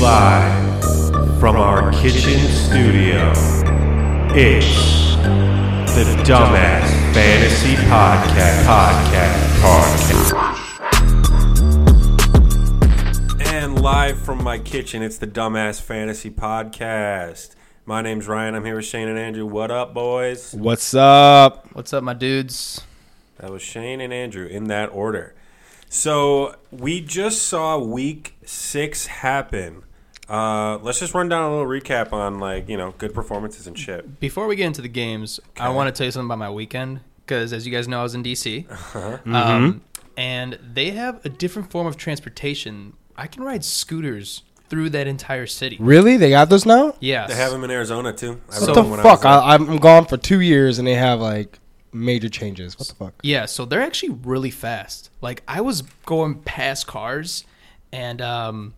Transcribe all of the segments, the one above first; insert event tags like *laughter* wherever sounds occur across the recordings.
live from our kitchen studio. It's the Dumbass Fantasy Podcast. Podcast. Podcast. And live from my kitchen, it's the Dumbass Fantasy Podcast. My name's Ryan. I'm here with Shane and Andrew. What up, boys? What's up? What's up, my dudes? That was Shane and Andrew in that order. So we just saw week six happen. Uh, let's just run down a little recap on like you know good performances and shit. Before we get into the games, I want to tell you something about my weekend because, as you guys know, I was in *laughs* DC, Uh-huh. um, and they have a different form of transportation. I can ride scooters through that entire city. Really? They got this now? Yes. They have them in Arizona too. What I So- rode the them when fuck? I was I, I'm gone for two years and they have like major changes. What the fuck? Yeah, so they're actually really fast. Like I was going past cars, and um,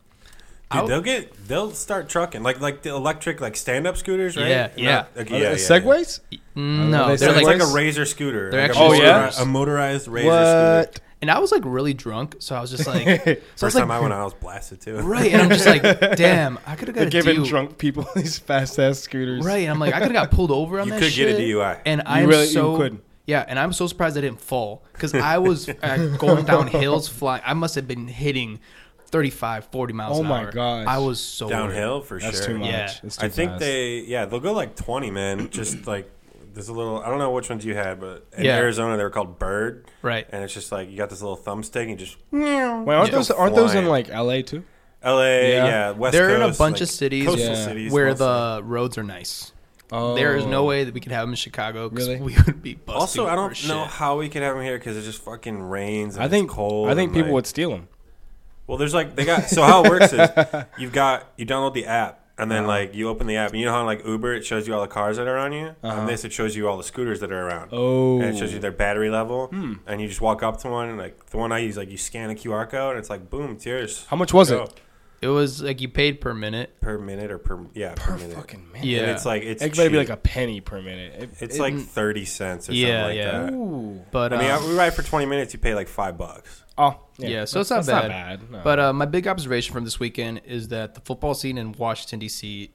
there. Dude, they'll get they'll start trucking like like the electric like stand up scooters, right? Yeah, No, yeah. like, Uh, yeah, yeah, yeah. Segways? no, they they're Oh, It's Segways? like, like a razor scooter. They're like a actually- Oh, yeah? motorized- a motorized razor scooter. *laughs* What? and I was like really drunk, so I was just *laughs* like, so I *laughs* was First like, time I went out, I was blasted too. right, and I'm just like, damn, I could have got They're a giving DUI. drunk people these fast ass scooters. Right. And I'm like, I could have got pulled over on You that could get shit. a DUI. And I'm really- you so could. yeah, and I'm so surprised I didn't fall because I was *laughs* uh, going down hills flying. I must have been hitting 35, 40 miles. Oh an my hour. gosh. I was so worried. *laughs* Downhill for That's sure. too much. Yeah. It's too I think fast. they yeah they'll go like twenty man. *clears throat* Just like there's a little I don't know which ones you had, but in Yeah. Arizona they were called Bird, Right. and it's just like you got this little thumbstick and you just Wait, aren't Yeah. those aren't those in like Flying. LA too? L.A. Yeah, Yeah. West. They're in a Coast, bunch like, of cities, coastal Yeah. cities where mostly. the roads are nice. Oh. There is no way that we could have them in Chicago because Really? we would be busted. also I don't for know shit. how we can have them here because it just fucking rains. And I think it's cold. I think and, people like- would steal them. Well, there's like they got so how it works is you've got you download the app and then like you open the app and you know how like Uber it shows you all the cars that are on you. On this it shows you all the scooters that are around. Oh. Hmm. and it shows you their battery level. And you just walk up to one and like the one I use like you scan a QR code and it's like boom, it's yours. How much was Go. it? It was like you paid per minute. Per minute or per yeah per, minute? Fucking man. Yeah. And it's like it's It better be like cheap. a penny per minute. It- it's it- like thirty cents or Yeah, something like yeah. that. Ooh. But I mean, um, I- we ride for twenty minutes. You pay like five bucks. Oh. Yeah, so it's not That's bad. bad. no. But uh, my big observation from this weekend is that the football scene in Washington D.C.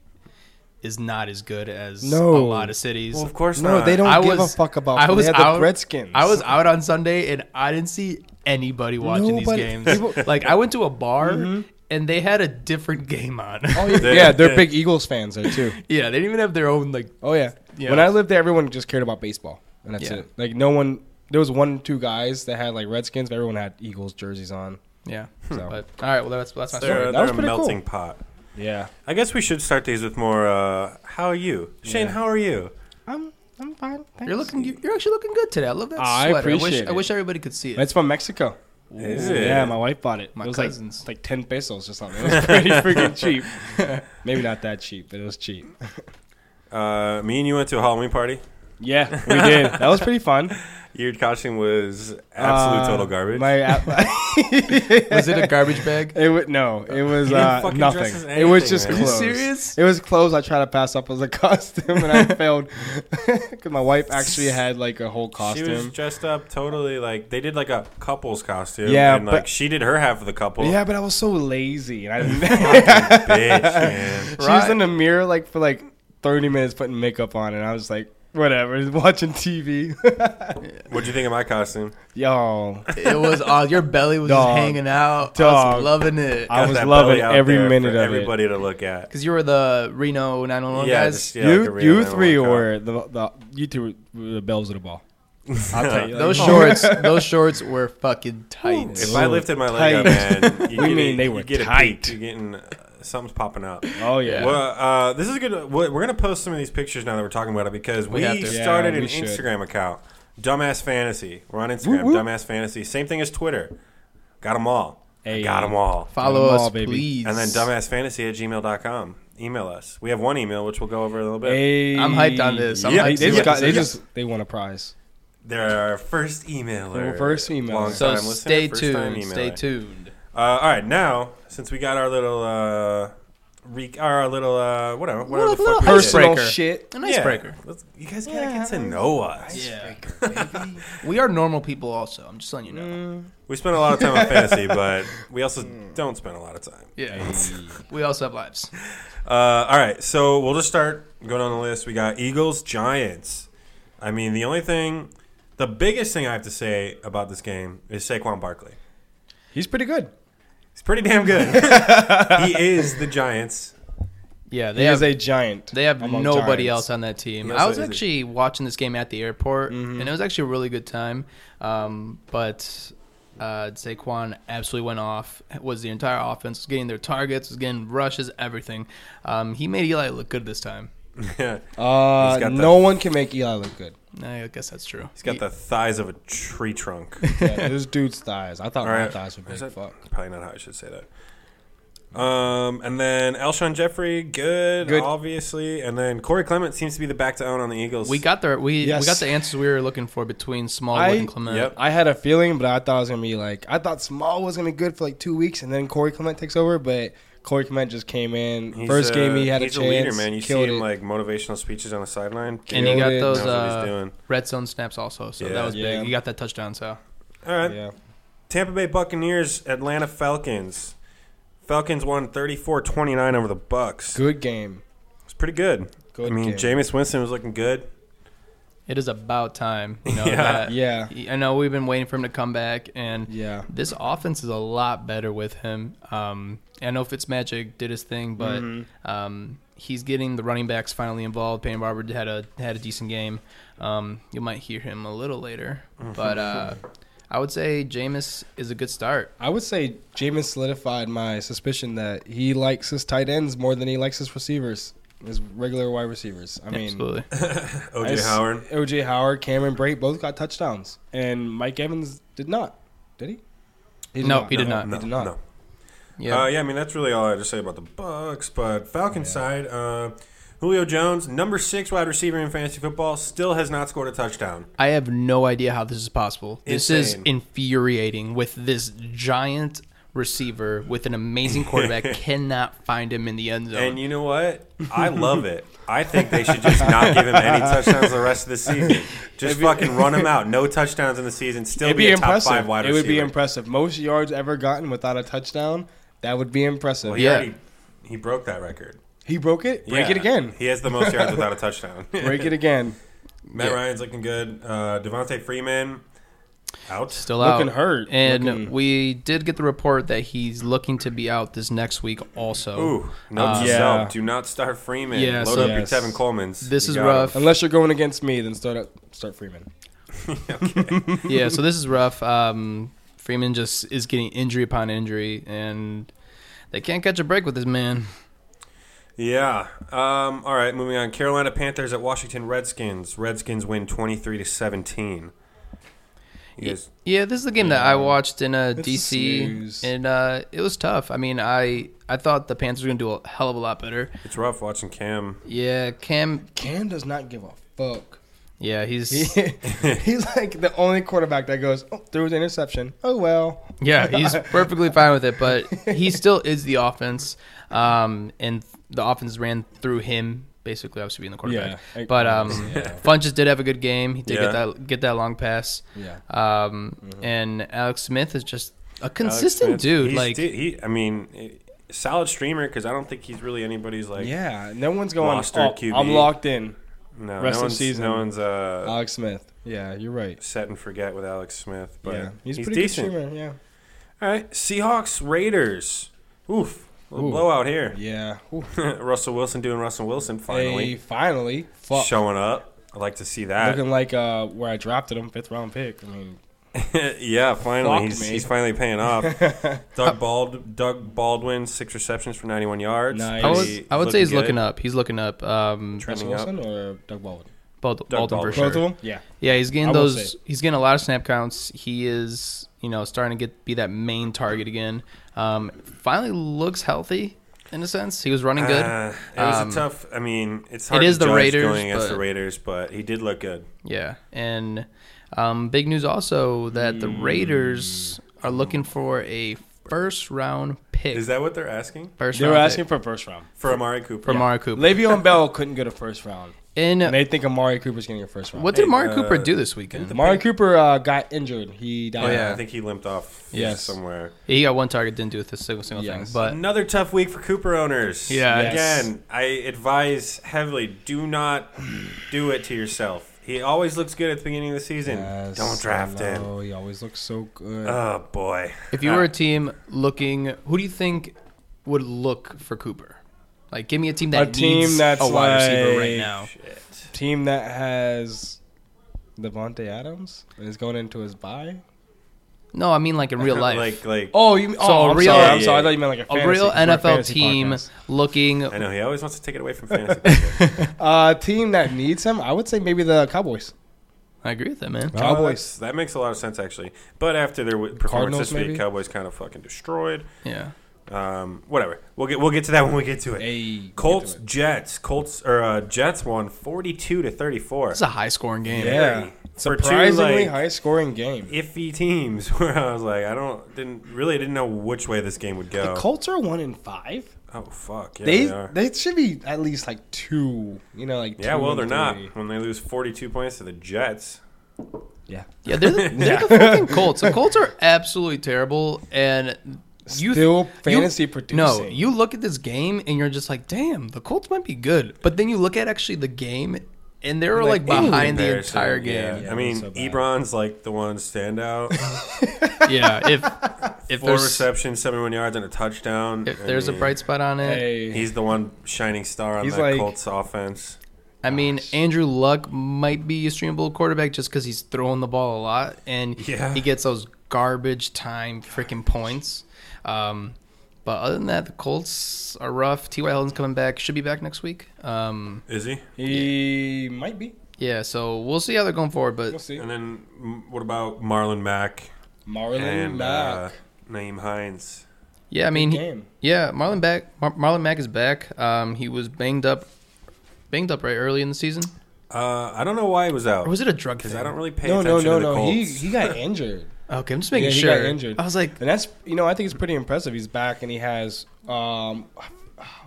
is not as good as No. a lot of cities. Well, of course no, not. they don't I give was a fuck about. I them. was they had out, the Redskins. I was out on Sunday and I didn't see anybody watching Nobody- these games. people- *laughs* Mm-hmm. like I went to a bar and they had a different game on. Oh, yeah. They- yeah, they're they- big Eagles fans there too. *laughs* yeah, they didn't even have their own like. Oh yeah. Yeah. When I lived there, everyone just cared about baseball, and that's Yeah. it. Like no one, there was one, two guys that had like Redskins, but everyone had Eagles jerseys on. *laughs* Yeah. So Hmm, But all right, well that's that's my They're, story. that they're was a pretty cool. melting pot. yeah, I guess we should start these with more. Uh, how are you, Shane? Yeah. How are you? I'm I'm fine. Thanks. You're looking. You're actually looking good today. I love that I sweater. I wish. appreciate I it. wish everybody could see it. It's from Mexico. Is it? Yeah, my wife bought it. My it was cousins. like like ten pesos or something. It was *laughs* pretty freaking cheap. Maybe not that cheap, but it was cheap. Uh, me and you went to a Halloween party. Yeah, we did. That was pretty fun. Your costume was absolute Uh, total garbage. My *laughs* app- *laughs* Was it a garbage bag? It would no. It was You didn't uh, fucking dress nothing. as it was anything, just man. Are you clothes. serious? It was clothes. I tried to pass up as a *laughs* costume, and *laughs* I failed *laughs* because my wife actually had like a whole She was costume. dressed up totally like they did like a couple's costume. Yeah, and like but- she did her half of the couple. Yeah, but I was so lazy, and I *laughs* didn't. *laughs* bitch, *laughs* man. she was in the mirror like for like thirty minutes putting makeup on, and I was like, whatever, *laughs* watching *laughs* TV. What'd you think of my costume? Yo, It was. Odd. Your belly was Dog. just hanging out. I Dog. was loving it. I Got was that loving belly out every there for minute of everybody to look at. Because you were the Reno 911 Yeah, guys. just, it. yeah, like a you, real you animal three cup. were the, the you two were the bells of the *laughs* ball. I'll tell you, like, *laughs* Those shorts, those shorts were fucking tight. If I lifted my leg up, Tight. man, you *laughs* We get a- mean they you were get a peek. tight. You're getting uh, something's popping up. Oh yeah. Yeah. Well, uh, this is a good. We're we're gonna post some of these pictures now that we're talking about it because we, We have to. Yeah, started we an should. Instagram account, Dumbass Fantasy. We're on Instagram, Woo, woo. Dumbass Fantasy. Same thing as Twitter. Got them all. Hey. Got them all. Follow Got 'em us, all, baby. please. And then dumbassfantasy at gmail.com. Email us. We have one email, which we'll go over in a little bit. Hey. I'm hyped on this. I'm yeah, hyped they to just see got, this. they Yeah. just they won a prize. They're our first emailer. First emailer. So Long-time listener, stay first-time tuned. emailer. Stay tuned. Uh, all right, now, since we got our little uh, re- or a little uh, whatever, whatever the Little fuck. purse we did. personal breaker. shit. An icebreaker. Yeah. Let's- You guys gotta Yeah, get to I- know us. Yeah. *laughs* we are normal people, also. I'm just letting you know. We spend a lot of time on fantasy, but we also don't spend a lot of time. Yeah. we also have lives. Uh, all right, so we'll just start going on the list. We got Eagles, Giants. I mean, the only thing, the biggest thing I have to say about this game is Saquon Barkley. He's pretty good. He's pretty damn good. he is the Giants. *laughs* Yeah, they He have is a giant. They have among nobody giants. else on that team. Yes, I was that is it. actually watching this game at the airport, Mm-hmm. and it was actually a really good time. Um, but uh, Saquon absolutely went off. Was the entire offense was getting their targets, was getting rushes, everything. Um, he made Eli look good this time. Yeah. He's Uh, got no one can make Eli look good. I guess that's true. He's got the thighs of a *laughs* tree trunk. *laughs* Yeah, this dude's thighs. I thought All my right. thighs were big. Is that- Fuck. Probably not how I should say that. Um, and then Elshon Jeffrey, good, Good. obviously. And then Corey Clement seems to be the back to own on the Eagles. We got the we, Yes. we got the answers we were looking for between Smallwood I- and Clement. Yep. I had a feeling, but I thought it was gonna be like I thought Small was gonna be good for like two weeks, and then Corey Clement takes over. But Corey Clement just came in He's first a- game. He had he's a chance. leader, man. You see killed him it. like motivational speeches on the sideline. And he Killed got it. those Knows what he's uh, doing. red zone snaps also, so Yeah. that was Yeah. big. He got that touchdown, so All right. yeah. Tampa Bay Buccaneers, Atlanta Falcons. Falcons won 34-29 over the Bucks. Good game. It's pretty good. Good I mean, game. Jameis Winston was looking good. it is about time. *laughs* You know, Yeah. that- Yeah. I know we've been waiting for him to come back, and Yeah. This offense is a lot better with him. Um, I know Fitzmagic did his thing, but Mm-hmm. um, he's getting the running backs finally involved. Payne Barber had a had a decent game. Um, you might hear him a little later, Mm-hmm. but uh, I would say Jameis is a good start. I would say Jameis solidified my suspicion that he likes his tight ends more than he likes his receivers, his regular wide receivers. I mean, *laughs* Absolutely, OJ I s- Howard. OJ Howard, Cameron Brake both got touchdowns, and Mike Evans did not. Did he? he Nope, he did not. Uh, He did not. No. yeah. Uh, yeah, I mean that's really all I had to say about the Bucks. But Falcon side, uh, Julio Jones, number six wide receiver in fantasy football, still has not scored a touchdown. Oh. I have no idea how this is possible. This is Insane. infuriating with this giant receiver with an amazing *laughs* quarterback cannot find him in the end zone. And you know what? I love it. I think they should just not give *laughs* him any touchdowns the rest of the season. Just fucking run him out. No touchdowns in the season. Still It'd be, be a top five impressive. wide It would be receiver. impressive. Most yards ever gotten without a touchdown. That would be impressive. Well, he Yeah. already he broke that record. He broke it. Break Yeah. it again. He has the most yards without a touchdown. Break it again. *laughs* Matt Yeah. Ryan's looking good. Uh, Devontae Freeman out. still Looking out. hurt. And Looking- we did get the report that he's looking to be out this next week also. Ooh, no Uh, to yeah. self. Do not start Freeman. Yeah, Load so- up Yes. your Tevin Coleman's. This You is got *laughs* rough. him. Unless you're going against me, then start up, start Freeman. yeah, so this is rough. Um, Freeman just is getting injury upon injury and they can't catch a break with this man. Yeah. Um, all right, moving on. Carolina Panthers at Washington Redskins. Redskins win 23 to 17. You guys, Yeah, this is a game that I watched in uh, It's DC, snooze. and uh, it was tough. I mean, I I thought the Panthers were gonna do a hell of a lot better. it's rough watching Cam. Yeah, Cam. Cam does not give a fuck. *laughs* Yeah, he's he's like the only quarterback that goes, oh, threw an interception. Oh well. Yeah, he's perfectly fine with it, but he still is the offense, um, and the offense ran through him basically. Obviously, being the quarterback, Yeah, I- but um, yeah. Funches did have a good game. He did Yeah. get that get that long pass. Yeah. Um, and Alex Smith is just a consistent Alex Smith. dude. He's like di- he, I mean, eh, solid streamer because I don't think he's really anybody's like. Yeah. No one's going. Lost their Oh, QB. I'm locked in. No, Rest no of one's, season. No one's uh, Alex Smith. Yeah, you're right. set and forget with Alex Smith, but yeah, he's, he's, a pretty decent. good streamer. Yeah. All right, Seahawks Raiders. Oof, little Ooh. blowout here. Yeah. Ooh. *laughs* Russell Wilson doing Russell Wilson Finally. finally finally. Fuck. showing up. I like to see that. Looking like uh, where I drafted him, fifth round pick. I mean, *laughs* yeah, finally Fuck he's, me. he's finally *laughs* paying off. Doug Bald Doug Baldwin six receptions for 91 yards. Nice. I He would I would say he's good. looking up. He's looking up. Um, Trending up. Russell Wilson or Doug Baldwin? Bald- Baldwin Baldwin. for Both of sure. them? Yeah. Yeah, he's I getting will those. say. He's getting a lot of snap counts. He is, you know, starting to get be that main target again. Um, finally, looks healthy in a sense. He was running good. Uh, it was Um, a tough. I mean, it's hard. is to the judge Raiders, going against the but- Raiders, but he did look good. yeah, and um, big news also that the Raiders are looking for a first round pick. Hmm. Is that what they're asking first They were round asking pick for a first round. for Amari Cooper? for Amari Cooper. Le'Veon Bell couldn't get a first roround. And In they think Amari Cooper's getting a first round. what did Amari uh, Cooper do this weekend? Amari Cooper uh, got injured. He died. Oh yeah, yeah. I think he limped off Yes. somewhere. He got one target, didn't do it this single single Yes. thing. But Another tough week for Cooper owners. Yeah. Yes. Again, I advise heavily do not do it to yourself. He always looks good at the beginning of the season. Yes, Don't draft I him. know. He always looks so good. Oh boy. if you were a team looking, who do you think would look for Cooper? Like, give me a team that A team needs that's a wide receiver like- right now. Shit. Team that has Devontae Adams and is going into his bye. No, I mean *laughs* like in real life. *laughs* like like Oh, you mean, So oh, a I'm real- sorry. I'm yeah, sorry. I yeah. thought you meant like a, a fantasy- real for a NFL fantasy team podcast. looking. I know he always wants to take it away from fantasy. people. Uh, team that needs him, I would say maybe the Cowboys. I agree with that, man. *laughs* Oh, Cowboys. that's- that makes a lot of sense actually. But after their w- performance Cardinals, this week, maybe? Cowboys kind of fucking destroyed. Yeah. Um, whatever. We'll get we'll get to that when we get to it. Hey, Colts Jets. Colts or uh, Jets won 42 to 34. It's a high scoring game. Yeah, For two, surprisingly like- high scoring game. iffy teams *laughs* where I was like, I don't didn't really didn't know which way this game would The go. Colts are one in five. oh fuck, yeah, they, They are. they should be at least like two. You know, like yeah, two well, and they're not three. when they lose forty-two points to the Jets. Yeah, Yeah, *laughs* they're the, they're the fucking Colts. The Colts are absolutely terrible, and you Still fantasy producing. No, you look at this game and you're just like, damn, the Colts might be good. But then you look at actually the game, and they're like, Like, ooh, behind the Embarrassing, entire yeah. game. Yeah, I mean, so bad. Ebron's like the *laughs* one standout. Yeah, *laughs* if if Four there's receptions, seventy-one yards, and a touchdown. if I there's a mean, bright spot on it, Hey, he's the one shining star on He's the like- Colts offense. I mean, Andrew Luck might be a streamable quarterback just because he's throwing the ball a lot and Yeah. he gets those garbage time freaking points. Um, but other than that, the Colts are rough. T.Y. Hilton's coming back. Should be back next week. Um, Is he? he might be. yeah, so we'll see how they're going forward. We'll But see. And then mm, what about Marlon Mack Marlon and uh, Mack. Naeem Hines? yeah, I mean, Good he- game. yeah, Marlon back. Mar- Marlon Mack is back. Um, he was banged up, banged up right early in the season. Uh, I don't know why he was out Or was it a drug because thing? I don't really pay no, no, attention no, to the no. Colts. He he got *laughs* injured. Okay, I'm just making yeah, he sure. got injured. I was like, and that's you know I think it's pretty impressive. He's back and he has um,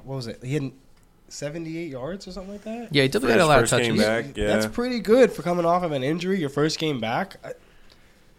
what was it? He had seventy eight yards or something like that. yeah, he definitely got a First- lot of first game touches. back. yeah. That's pretty good for coming off of an injury. Your first game back. I-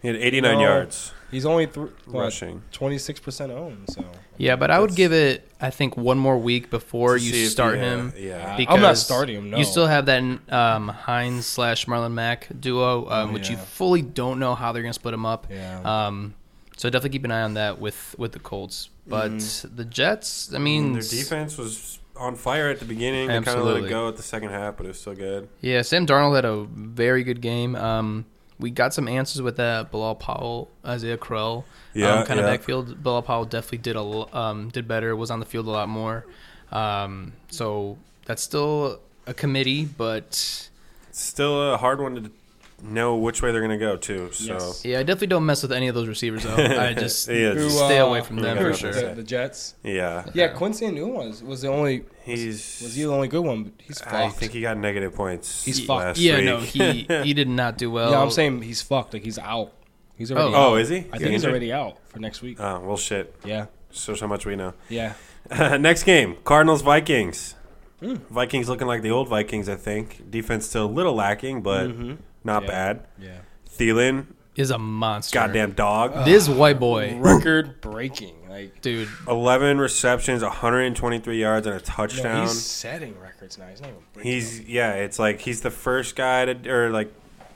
He had 89 No. yards He's only thr- what, rushing. Oh. 26% owned, so. Yeah, but I would That's- give it, I think, one more week before To see you if start he, uh, him. yeah. I'm not starting him, no. You still have that um, Hines slash Marlon Mack duo, um, which you Oh, yeah. fully don't know how they're going to split them up. Yeah. Um, so definitely keep an eye on that with, with the Colts. But the Jets, I mean, Mm-hmm. Mm, Mm. Their defense was on fire at the beginning. They kind of let it Absolutely. go at the second half, but it was still good. yeah, Sam Darnold had a very good game. Um, we got some answers with that Bilal Powell, Isaiah Crowell, Yeah, um, kind yeah. of backfield. Bilal Powell definitely did a l- um, did better, was on the field a lot more. Um, so that's still a committee, but It's still a hard one to know which way they're going to go, too. So Yes. yeah, I definitely don't mess with any of those receivers *laughs* though. I just Yeah, Who, just- stay uh, away from them who for is sure. it? The, the Jets. yeah, Yeah, Quincy and was was the only he's. was he the only good one? but He's fucked. I think he got negative points. He's fucked. last yeah, week. no, he he did not do well. yeah, I'm saying he's fucked. Like he's out. He's already. *laughs* oh, out. is he? I He think he's injured? already out for next week. Oh, well, shit. yeah, So, so much we know. *laughs* yeah. Next game Cardinals Vikings. Hmm. Vikings looking like the old Vikings, I think. Defense still a little lacking, but not Mm-hmm. Yeah. bad. Yeah. Thielen, is a monster. goddamn dog. this white boy, Record breaking. Like dude. 11 receptions, 123 yards, and a no, touchdown. he's he's, setting records now. He's not even breaking. yeah, it's like he's the first guy to or like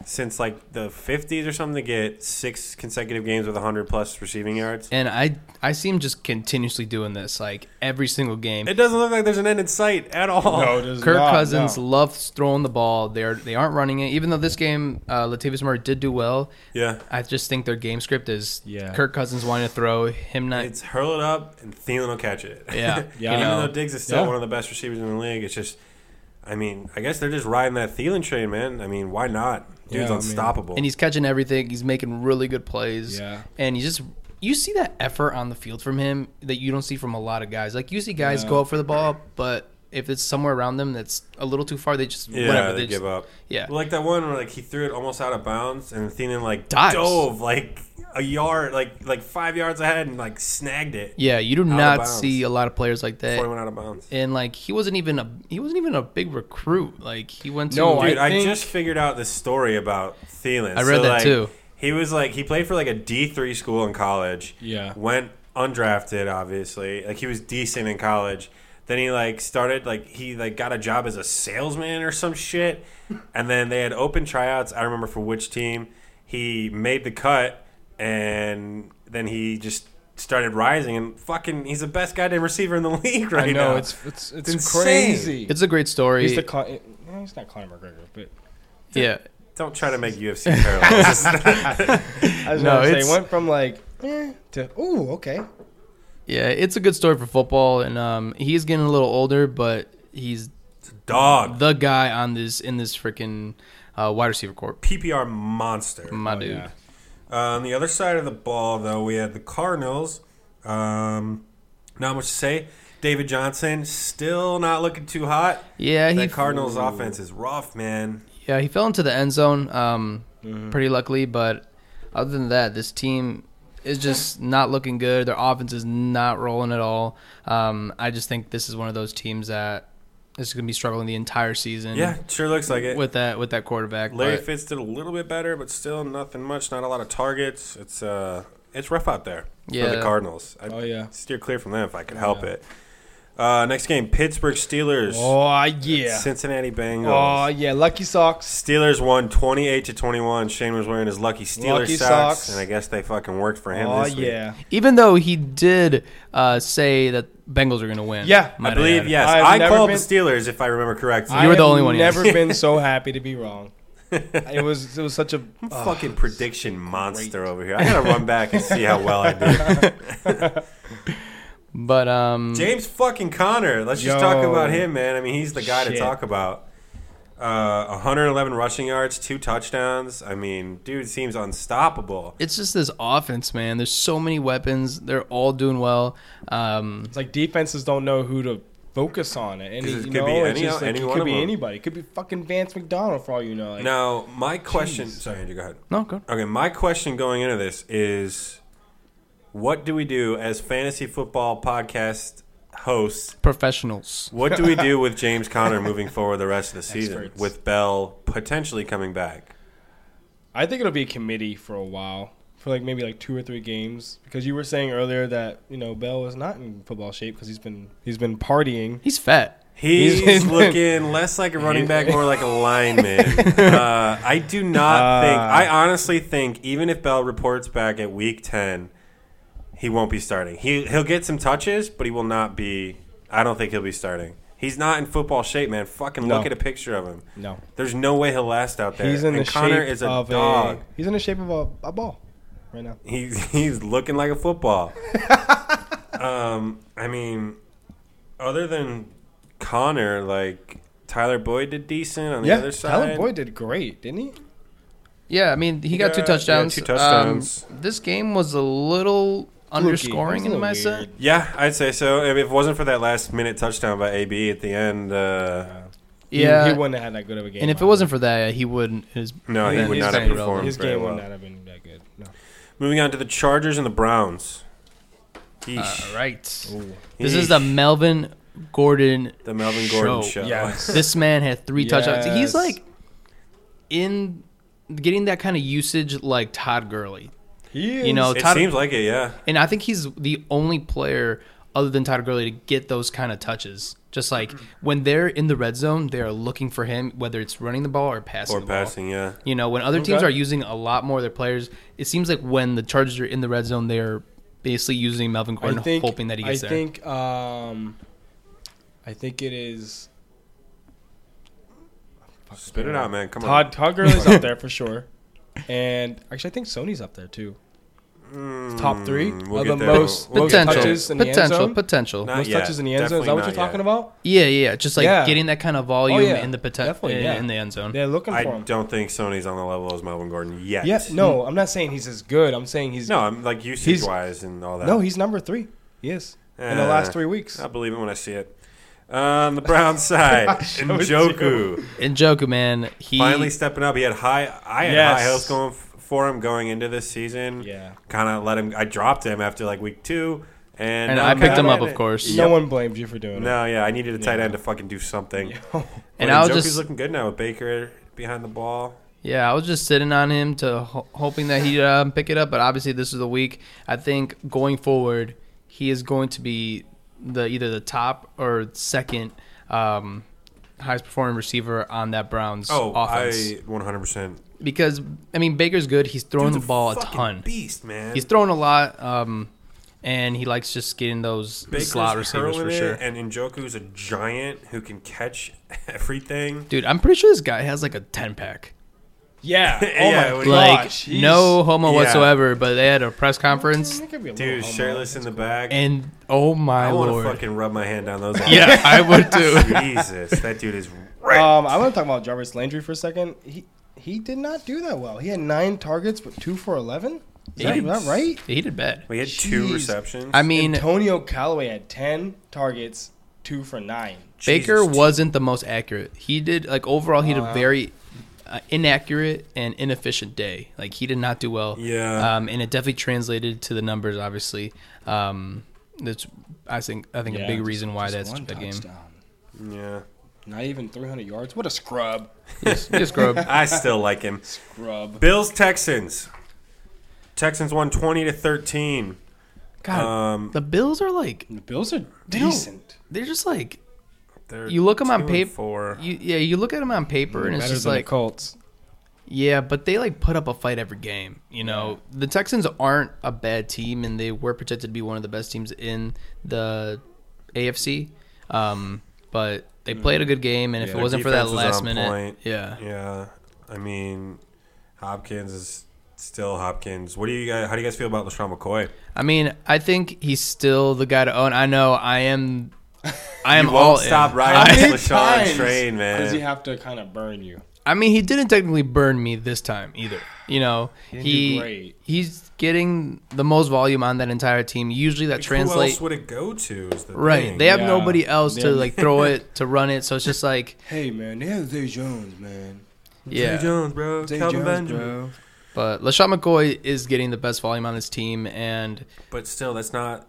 since like the 50s or something to get six consecutive games with 100 plus receiving yards. And I I see him just continuously doing this like every single game. It doesn't look like there's an end in sight at all. No, it is Kirk not, Cousins no. loves throwing the ball. They're they aren't running it. Even though this game, uh, Latavius Murray did do well. Yeah. I just think their game script is Yeah. Kirk Cousins wanting to throw him not. It's hurl it up and Thielen will catch it. Yeah, Yeah. *laughs* you Even know. though Diggs is still Yeah. one of the best receivers in the league, it's just I mean, I guess they're just riding that Thielen train, man. I mean, why not? Dude's Yeah, I mean- unstoppable. and he's catching everything. He's making really good plays. Yeah. And he's just you see that effort on the field from him that you don't see from a lot of guys. Like you see guys Yeah. go up for the ball, but if it's somewhere around them that's a little too far, they just Yeah, whatever they, they, just, give up. yeah. like that one where like he threw it almost out of bounds, and Athena like Dives. dove like a yard, like like five yards ahead, and like snagged it Yeah, you do of not bounds. see a lot of players like that. before it went out of bounds. and like he wasn't even a he wasn't even a big recruit. Like he went to No, Dude, I I, think- just figured out this story about Thielen. I read that, like, too. He was like he played for like a D three school in college. Yeah. went undrafted. Obviously, like he was decent in college. Then he like started like he like got a job as a salesman or some shit. And then they had open tryouts. I remember for which team he made the cut, and then he just started rising and fucking. He's the best goddamn receiver in the *laughs* league right I know now. it's it's it's, insane. crazy. it's a great story. he's the Con- eh, he's not Conor McGregor, but yeah, Don't try to make UFC parallels. *laughs* I was No, gonna say it's- it went from like eh, to ooh okay. yeah, it's a good story for football. And um, he's getting a little older, but he's Dog the guy on this in this freaking uh, wide receiver corps. PPR monster. My Oh, dude. yeah. Uh, on the other side of the ball, though, we had the Cardinals. Um, not much to say. David Johnson still not looking too hot. Yeah, he That Cardinals offense is rough, man. yeah he fell into the end zone, um, pretty luckily. But other than that, this team is just not looking good. Their offense is not rolling at all. Um, I just think this is one of those teams that is going to be struggling the entire season. Yeah, sure looks like it. with that with that quarterback. Larry but- Fitz did a little bit better, but still nothing much. Not a lot of targets. It's uh, it's rough out there for Yeah. the Cardinals. I'd Oh, yeah. Oh, steer clear from them if I could help it. Uh, next game, Pittsburgh Steelers, Oh yeah. Cincinnati Bengals. Oh yeah. Lucky socks. Steelers won 28 to 21. Shane was wearing his lucky Steelers Lucky socks, socks. and I guess they fucking worked for him Oh this week. yeah. even though he did uh, say that Bengals are going to win. Yeah. might I believe add. yes. I've I never called been- the Steelers if I remember correctly. You I were the have only one who Never *laughs* been so happy to be wrong. It was it was such a I'm a fucking prediction monster over here. I gotta run back and see how well I did. *laughs* But um, James fucking Connor. Let's just Yo. talk about him, man. I mean, he's the guy to Shit. talk about. Uh, 111 rushing yards, two touchdowns. I mean, dude seems unstoppable. it's just this offense, man. There's so many weapons. They're all doing well. Um, It's like defenses don't know who to focus on. At any, 'Cause it you could know, be it's any- just like, any it one could of be them. anybody. It could be fucking Vance McDonald for all you know. Like, Now, my question. Jeez. Sorry, Andrew, go ahead. no, good. Okay, my question going into this is what do we do as fantasy football podcast hosts? Professionals. What do we do with James Conner moving forward the rest of the season Experts. with Bell potentially coming back? I think it'll be a committee for a while, for like maybe like two or three games, because you were saying earlier that you know Bell is not in football shape because he's been he's been partying. He's fat. He's, He's- looking less like a running back, more like *laughs* a lineman. Uh, I do not think. Ah. I honestly think even if Bell reports back at Week Ten, he won't be starting. He he'll get some touches, but he will not be. I don't think he'll be starting. He's not in football shape, man. Fucking No. look at a picture of him. No, There's no way he'll last out there. he's in and the Connor shape is a of dog. a he's in the shape of a, a ball right now. He's he's looking like a football. *laughs* um, I mean, other than Connor, like Tyler Boyd did decent on the yeah, other side. Tyler Boyd did great, didn't he? Yeah, I mean, he got two Yeah, touchdowns. yeah, two touchdowns. Um, this game was a little underscoring Fluky. It in my was a little set. weird. Yeah, I'd say so. If it wasn't for that last minute touchdown by AB at the end, uh, He- Yeah, he, wouldn't have had that good of a game. and if it either. wasn't for that, he wouldn't. His, no, Oh, he his- would he's not have very relevant. performed his very game well. would not have been that good. No. Moving on to the Chargers and the Browns. Yeesh. All right. Ooh. This is the Yeesh. Melvin Gordon. the Melvin Gordon show. show. Yes. *laughs* This man had three touchdowns. He's Yes. like in getting that kind of usage like Todd Gurley. *laughs* He is. You know, It Todd, seems like it, yeah. and I think he's the only player other than Todd Gurley to get those kind of touches. Just like Mm-hmm. when they're in the red zone, they are looking for him, whether it's running the ball or passing. Or the ball. passing, yeah. You know, when other teams Okay. are using a lot more of their players, it seems like when the Chargers are in the red zone, they're basically using Melvin I Gordon, think, hoping that he gets I there. think, um, I think it is Spit it out, man. Come Todd. Todd Gurley's *laughs* up there for sure, and actually, I think Sony's up there too. on. Mm, Top three we'll of get the there. most We'll get potential. there. touches in the end potential, zone? potential. Not Most yet. touches in the end zone. Is that Definitely what you're not talking yet. about? Yeah, yeah, just like Yeah. getting that kind of volume yeah. in the potential Definitely, yeah. in the end zone. They're looking for I him. don't think Sony's on the level as Melvin Gordon yet. Yeah, no, I'm not saying he's as good. I'm saying he's No, I'm like usage He's- wise and all that. no, he's number three. Yes, in the Uh, last three weeks. I believe it when I see it. Uh, on the *laughs* brown side. Njoku Njoku, man, he finally stepping up. He had high, I had Yes. high hopes going f- for him going into this season. Yeah. kind of let him. I dropped him after like week two, and, and now I I'm picked kinda him up, of at it. course. No one blames you for doing No, yeah, I needed a tight Yeah. end to fucking do something. it. *laughs* And But I'll Njoku's just- looking good now with Baker behind the ball. Yeah, I was just sitting on him to ho- hoping that he'd uh, pick it up, but obviously this is the week. I think going forward, he is going to be the either the top or second um, highest performing receiver on that Browns Oh, offense. I 100 percent Because I mean, Baker's good. He's throwing the ball a ton. Beast man. He's throwing a lot, um, and he likes just getting those Baker's slot receivers hurling for it, sure. And Njoku's a giant who can catch *laughs* everything. Dude, I'm pretty sure this guy has like a ten pack. *laughs* Yeah. Oh Yeah, my it was- Like gosh. he's- no homo Yeah. whatsoever. But they had a press conference. It could be a little Dude, homo. shirtless in the back. And oh my I want lord. to fucking rub my hand down *laughs* those. arms. yeah, Uh, I would *laughs* too. Jesus, that dude is right. Um, I want to talk about Jarvis Landry for a second. He he did not do that well. He had nine targets, but two for eleven. Is that, is that right? He did bad. we had two jeez. receptions. I mean, Antonio Callaway had ten targets, two for nine. Baker Jesus. wasn't the most accurate. He did like overall he had a very uh, inaccurate and inefficient day. Like he did not do well. Yeah. Um, and it definitely translated to the numbers. Obviously, um, that's I think I think a Yeah, big just- reason why just that's one the game. touchdown. Yeah, Not even three hundred yards. What a scrub. Yes, yes, Grove. *laughs* I still like *laughs* him. Scrub. Bills Texans. Texans won twenty to thirteen. God, Um, the Bills are like The Bills are don't- decent. they're just like They're You look 'em on two and paper- Four. you, yeah. You look at them on paper and it's Better just than like the Colts. Yeah, but they like put up a fight every game. You know, the Texans aren't a bad team, and they were projected to be one of the best teams in the AFC. Um, but they played a good game, and if Mm. Their it wasn't for that defense was last on minute, point. yeah, Yeah, I mean, Hopkins is still Hopkins. What do you guys? How do you guys feel about Lashawn McCoy? I mean, I think he's still the guy to own. I know, I *laughs* am, I am You all won't stop in. riding Many the Lashawn times train, man. Does he have to kind of burn you? I mean, he didn't technically burn me this time either. You know, he, didn't do great. he's getting the most volume on that entire team. Usually, that Who translates. else would it go to? Is the Right. thing. They have Yeah. nobody else to Yeah. like throw it to run it. So it's just *laughs* like Hey man, they have Zay Jones, man. Zay yeah. Jones, bro. Zay Calvin Jones, Benjamin. bro. But LaShawn McCoy is getting the best volume on this team and But still, that's not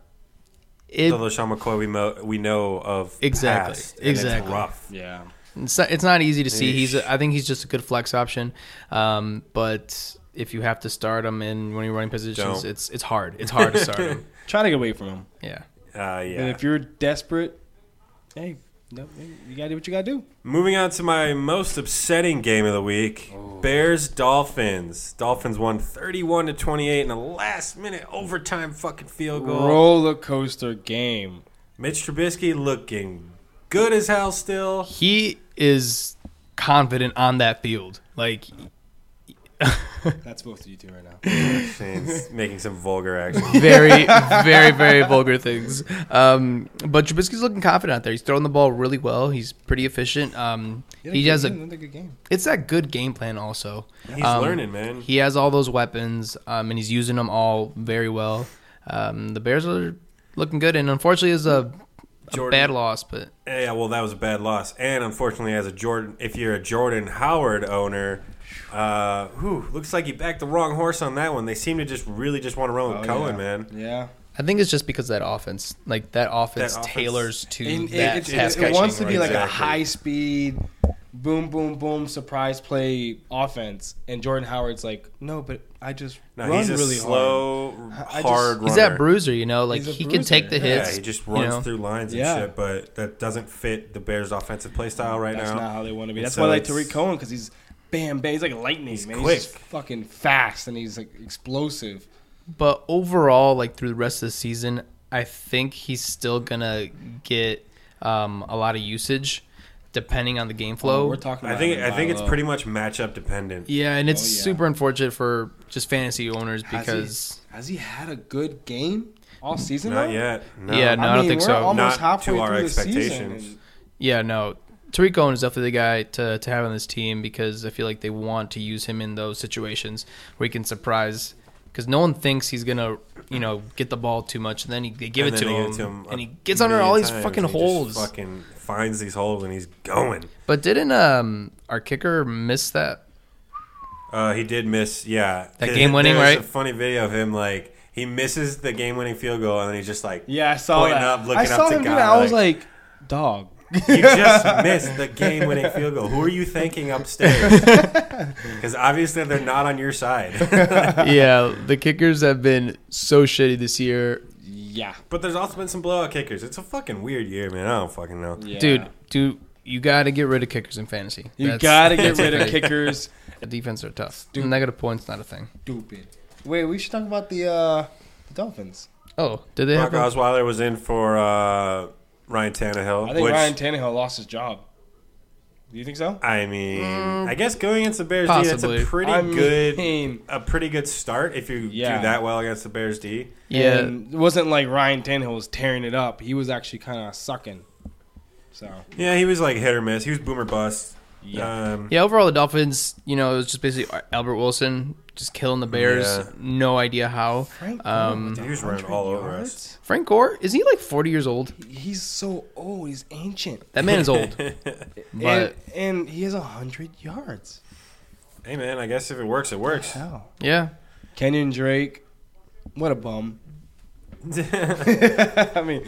it the LaShawn McCoy we, mo- we know of Exactly. past, and it's Exactly. rough. Yeah. it's not, it's not easy to see. Ish. He's a, I think he's just a good flex option. Um but if you have to start him in when you're running positions, Don't. it's it's hard. It's hard to start *laughs* him. Try to get away from him. Yeah. Uh, And yeah. if you're desperate, hey, no, you gotta do what you gotta do. Moving on to my most upsetting game of the week: Oh. Bears Dolphins. Dolphins won thirty-one to twenty-eight in a last-minute overtime fucking field goal. Roller coaster game. Mitch Trubisky looking good as *laughs* hell still. He is confident on that field. Like *laughs* That's both of *laughs* you two right now. Shane's making some vulgar action. *laughs* very, very, very vulgar things. Um, but Trubisky's looking confident out there. He's throwing the ball really well. He's pretty efficient. Um, he has a. another good game. It's that good game plan also. He's Um, learning, man. He has all those weapons, um, and he's using them all very well. Um, the Bears are looking good, and unfortunately, is a, a Jordan. bad loss. But Yeah, well, that was a bad loss, and unfortunately, as a Jordan, if you're a Jordan Howard owner, uh, whew, looks like you backed the wrong horse on that one. They seem to just really just want to run with Cohen, Oh, yeah. man. Yeah. I think it's just because of that offense, like that offense, offense- tailors to And that it, it, pass it, catching wants to be like right a Exactly. high speed, boom, boom, boom, surprise play offense. And Jordan Howard's like, no, but I just No, run he's a really hard. slow, I just- hard runner. He's that bruiser, you know. Like He's a he can take the bruiser, Yeah, hits. he just you runs know? through lines and Yeah. shit, but that doesn't fit the Bears' offensive play style right That's now. not how they want to be. And That's so why I like it's- Tariq Cohen because he's bam, bam. He's like lightning, man. quick. He's just fucking fast and he's like explosive. But overall, like through the rest of the season, I think he's still gonna get um, a lot of usage, depending on the game flow. Oh, We're talking. I About think him I think by it's low. pretty much matchup dependent. yeah, and it's Oh, yeah. super unfortunate for just fantasy owners Has he- because has he, had a good game all season? Not though? yet. No. Yeah, no. I don't think we're so. Not Almost to halfway our through the expectations. Season. yeah, no, Tariq Cohen is definitely the guy to to have on this team because I feel like they want to use him in those situations where he can surprise because no one thinks he's gonna, you know, get the ball too much, and then he, they give And it then to, they give him, it to him and a he gets under all million these times, fucking and he holes. Just fucking finds these holes and he's going. But didn't um our kicker miss that? Uh, he did miss, yeah. That There- game-winning, there was right? A funny video of him like he misses the game-winning field goal and then he's just like, Yeah, I saw Pointing that. up, looking I up saw to him do God, that. I was like- like, dog. *laughs* you just missed the game-winning field goal. Who are you *laughs* thanking upstairs? Because obviously they're not on your side. *laughs* yeah, the kickers have been so shitty this year, Yeah. but there's also been some blowout kickers. It's a fucking weird year, man. I don't fucking know. yeah. dude. Dude, you got to get rid of kickers in fantasy. You *laughs* That's- gotta get that's rid a of thing. kickers. The defense are tough. Negative points not a thing. Stupid. Wait, we should talk about the uh, the Dolphins. Oh, did they Brock have? a- Osweiler was in for uh, Ryan Tannehill, I think which Ryan Tannehill lost his job. Do you think so? I mean, I guess going against the Bears D, that's possibly. a pretty Mm. I good, mean- a pretty good start if you Yeah. do that well against the Bears D. Yeah, And it wasn't like Ryan Tannehill was tearing it up. He was actually kind of sucking. So Yeah, he was like hit or miss. He was boomer bust. Yeah. Um, yeah. Overall, the Dolphins, you know, it was just basically Albert Wilson just killing the Bears. Yeah. No idea how. Um, He was running all over us. Frank Gore is he like forty years old? He's so old. He's ancient. That man is *laughs* old. but and, and he has hundred yards. Hey man, I guess if it works, it works. How? yeah, Kenyon Drake, what a bum. *laughs* *laughs* I I mean,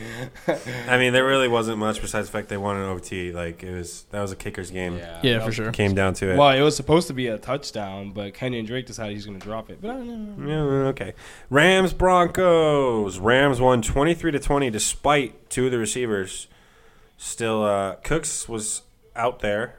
mean, there really wasn't much besides the fact they won an OT. Like it was that was a kicker's game. yeah, for sure. Came down to it. Well, it was supposed to be a touchdown, but Kenyon Drake decided he's going to drop it. But I don't know. Yeah, okay. Rams Broncos. Rams won 23 to 20 despite two of the receivers still uh Cooks was out there.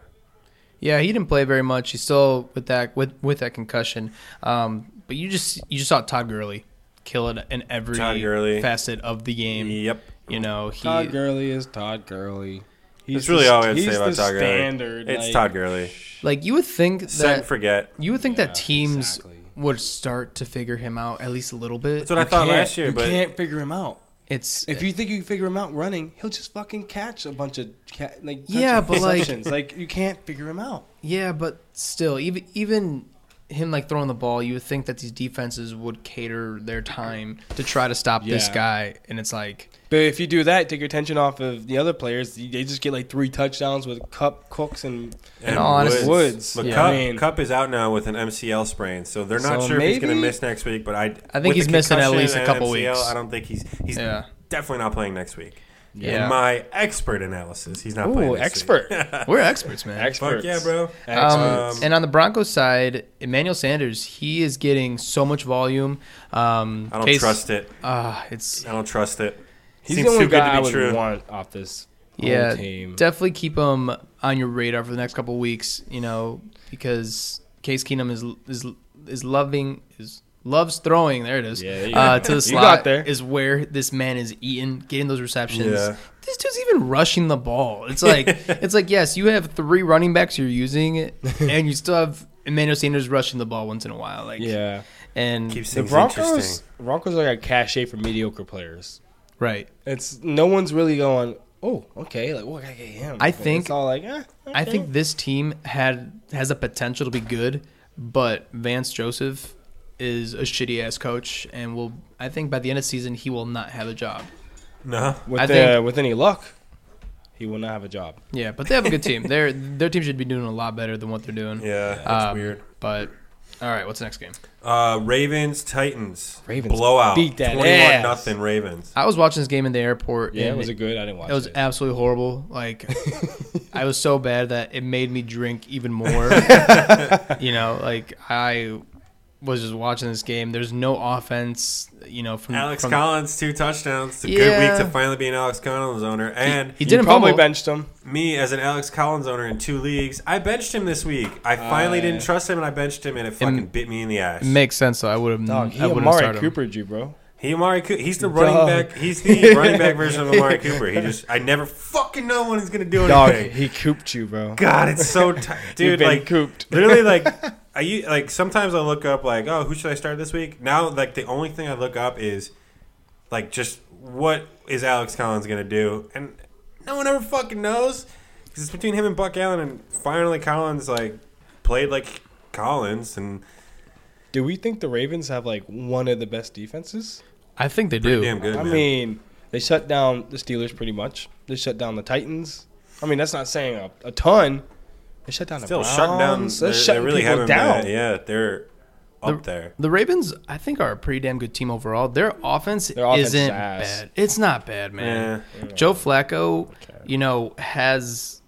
Yeah, he didn't play very much. He's still with that with with that concussion. Um, but you just you just saw Todd Gurley kill it in every Todd Gurley. facet of the game. Yep. You know, he Todd Gurley is Todd Gurley. He's That's really all I have to he's say about the Todd Gurley. Standard, It's like- Todd Gurley. like you would think Set that and forget. you would think Yeah, that teams exactly. would start to figure him out at least a little bit. That's what I You thought can't- last year, you but can't figure him out. it's If you think you can figure him out running, he'll just fucking catch a bunch of ca- like Yeah, but, like- interceptions. like you can't figure him out. yeah, but still, even even him like throwing the ball, you would think that these defenses would cater their time to try to stop this Yeah. guy, and it's like But if you do that, take your attention off of the other players. They just get like three touchdowns with Cup, Cooks, and and all honesty- Woods. But Yeah. Cup, I mean- Cup is out now with an MCL sprain, so they're not So sure if he's going to maybe- miss next week. But I, think with he's the missing at concussion least a and couple MCL, weeks. I don't think he's he's Yeah. definitely not playing next week. Yeah. In my expert analysis, he's not playing. Ooh, Next expert. Week. we're experts, man. Fuck Experts. yeah, bro. Um, Um, and on the Broncos side, Emmanuel Sanders, he is getting so much volume. Um, I don't Case- trust it. Ah, it's I don't trust it. He's Seems the only too good guy I to be would true. want off this whole yeah, team. definitely keep him on your radar for the next couple of weeks. You know, because Case Keenum is is is loving is loves throwing. There it is. Yeah, there you uh, go. to *laughs* the You slot got there. is where this man is eating, getting those receptions. Yeah. This dude's even rushing the ball. *laughs* It's like it's like yes, you have three running backs you're using, and you still have Emmanuel Sanders rushing the ball once in a while. Like yeah, and Keeps the things Broncos. interesting. Broncos are like a cachet for mediocre players. right. It's no one's really going. Oh, okay. Like, well, I gotta get him. I Like, think- it's all like. eh, I okay. think this team had has the potential to be good, but Vance Joseph is a shitty ass coach, and will I think by the end of the season he will not have a job. No, with I the, think- with any luck, he will not have a job. Yeah, but they have a good team. Their their team should be doing a lot better than what they're doing. yeah, that's Um, weird. But all right, what's the next game? Uh, Ravens Titans Ravens blowout. beat that ass. nothing Ravens. I was watching this game in the airport. Yeah, it and was a good. I didn't watch It was absolutely horrible. Like, I was so bad that it made me drink even *laughs* more. you know, like I was just watching this game. There's no offense. You know, from Alex from, Collins two touchdowns. It's a Yeah. good week to finally be an Alex Collins owner. And He You didn't probably fumble. benched him. me as an Alex Collins owner in two leagues, I benched him this week. I finally Uh, didn't trust him, and I benched him, and it fucking bit me in the ass. Makes sense though. I would have. Dog, he I would have Amari started. him. Cooper, you *laughs* bro. He Amari, Coo- he's the running Dog. back. He's the running back version of Amari Cooper. He just, I never fucking know when he's gonna do Dog, anything. he cooped you, bro. God, it's *laughs* so tight, dude. been Like cooped. *laughs* literally, like I u- like sometimes I look up like, oh, who should I start this week? Now, like the only thing I look up is like just what is Alex Collins gonna do, and no one ever fucking knows 'Cause it's between him and Buck Allen, and finally Collins like played like Collins, and do we think the Ravens have like one of the best defenses? I think they do. Damn good. I man. mean, they shut down the Steelers pretty much. They shut down the Titans. I mean, that's not saying a, a ton. They shut down still the shutting down. Browns. They're, That's they shutting really people haven't. down. Down. yeah, they're up there. The Ravens, I think, are a pretty damn good team overall. Their offense, Their offense isn't is ass. bad. It's not bad, man. Yeah. Joe Flacco, you know, has.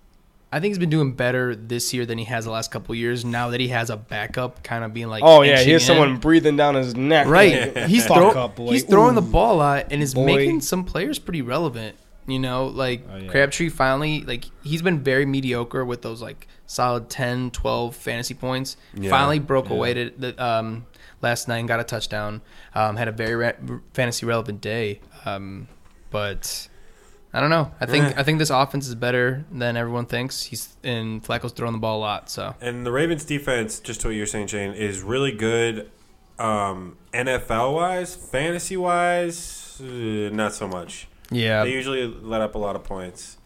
I think he's been doing better this year than he has the last couple years. Now that he has a backup, kind of being like, Oh yeah, inching here's in. someone breathing down his neck. Right, Like, *laughs* he's fuck throw, up, boy. he's throwing the Ooh. ball a lot and is boy. making some players pretty relevant. You know, like Oh, yeah. Crabtree finally, like he's been very mediocre with those like solid 10, 12 fantasy points. Yeah. Finally broke away to the, um, last night and got a touchdown. Um, had a very re- fantasy relevant day. Um, but I don't know. I think I think this offense is better than everyone thinks. He's and Flacco's throwing the ball a lot. So And the Ravens defense, just to what you're saying, Shane, is really good. Um, NFL wise, fantasy wise, uh, not so much. yeah, They usually let up a lot of points.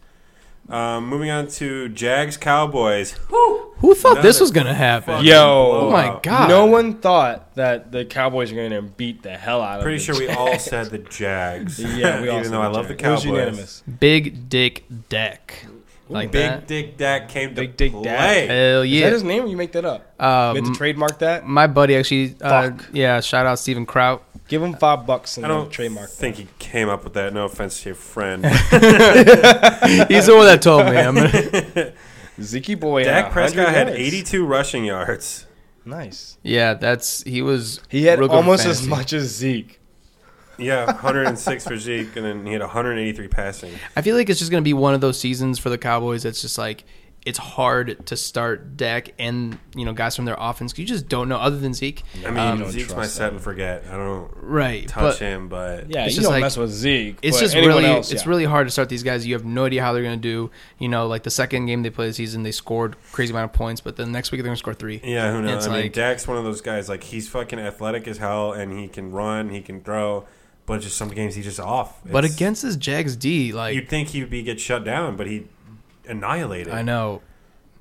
Um, moving on to *laughs* Jags Cowboys. who thought this Another was gonna happen? fucking Yo. oh blowout. my god, No one thought that the Cowboys are going to beat the hell out of. Pretty the sure we Jags. *laughs* all said the Jags. Yeah, *laughs* we all even said though I love the Jags. Cowboys. It was unanimous. Big Dick Deck. Like Big that. Dick Dak came to Big Dick play. Dak. Hell Is yeah. that his name? Or you make that up? Um, you have to trademark that. my buddy actually, uh, Fuck. yeah, shout out Steven Kraut. *laughs* Give him five bucks and I don't trademark. that. think he came up with that. No offense to *laughs* your friend. He's the one that told me. *laughs* I'm gonna- Zeke boy. had Dak 100 Prescott had yards. 82 rushing yards. Nice. yeah, that's he was. He had real good with almost as fantasy. much as Zeke. Yeah, 106 for Zeke, and then he had 183 passing. I feel like it's just gonna be one of those seasons for the Cowboys that's just like it's hard to start Deck and you know guys from their offense. 'cause You just don't know other than Zeke, I mean, don't Zeke's trust my set him. and forget. I don't right? but touch him, but Yeah, It's you just don't like- mess with Zeke. it's but just anyone really else, it's yeah. really hard to start these guys. You have no idea how they're gonna do. You know, like the second game they played the season, they scored crazy amount of points, but then next week they're gonna score three. yeah, who knows? It's I mean, like- Dak's one of those guys. Like he's fucking athletic as hell, and he can run, he can throw, but just some games he's just off. But It's- against this Jags D, like you'd think he'd be get shut down, but he annihilated. I know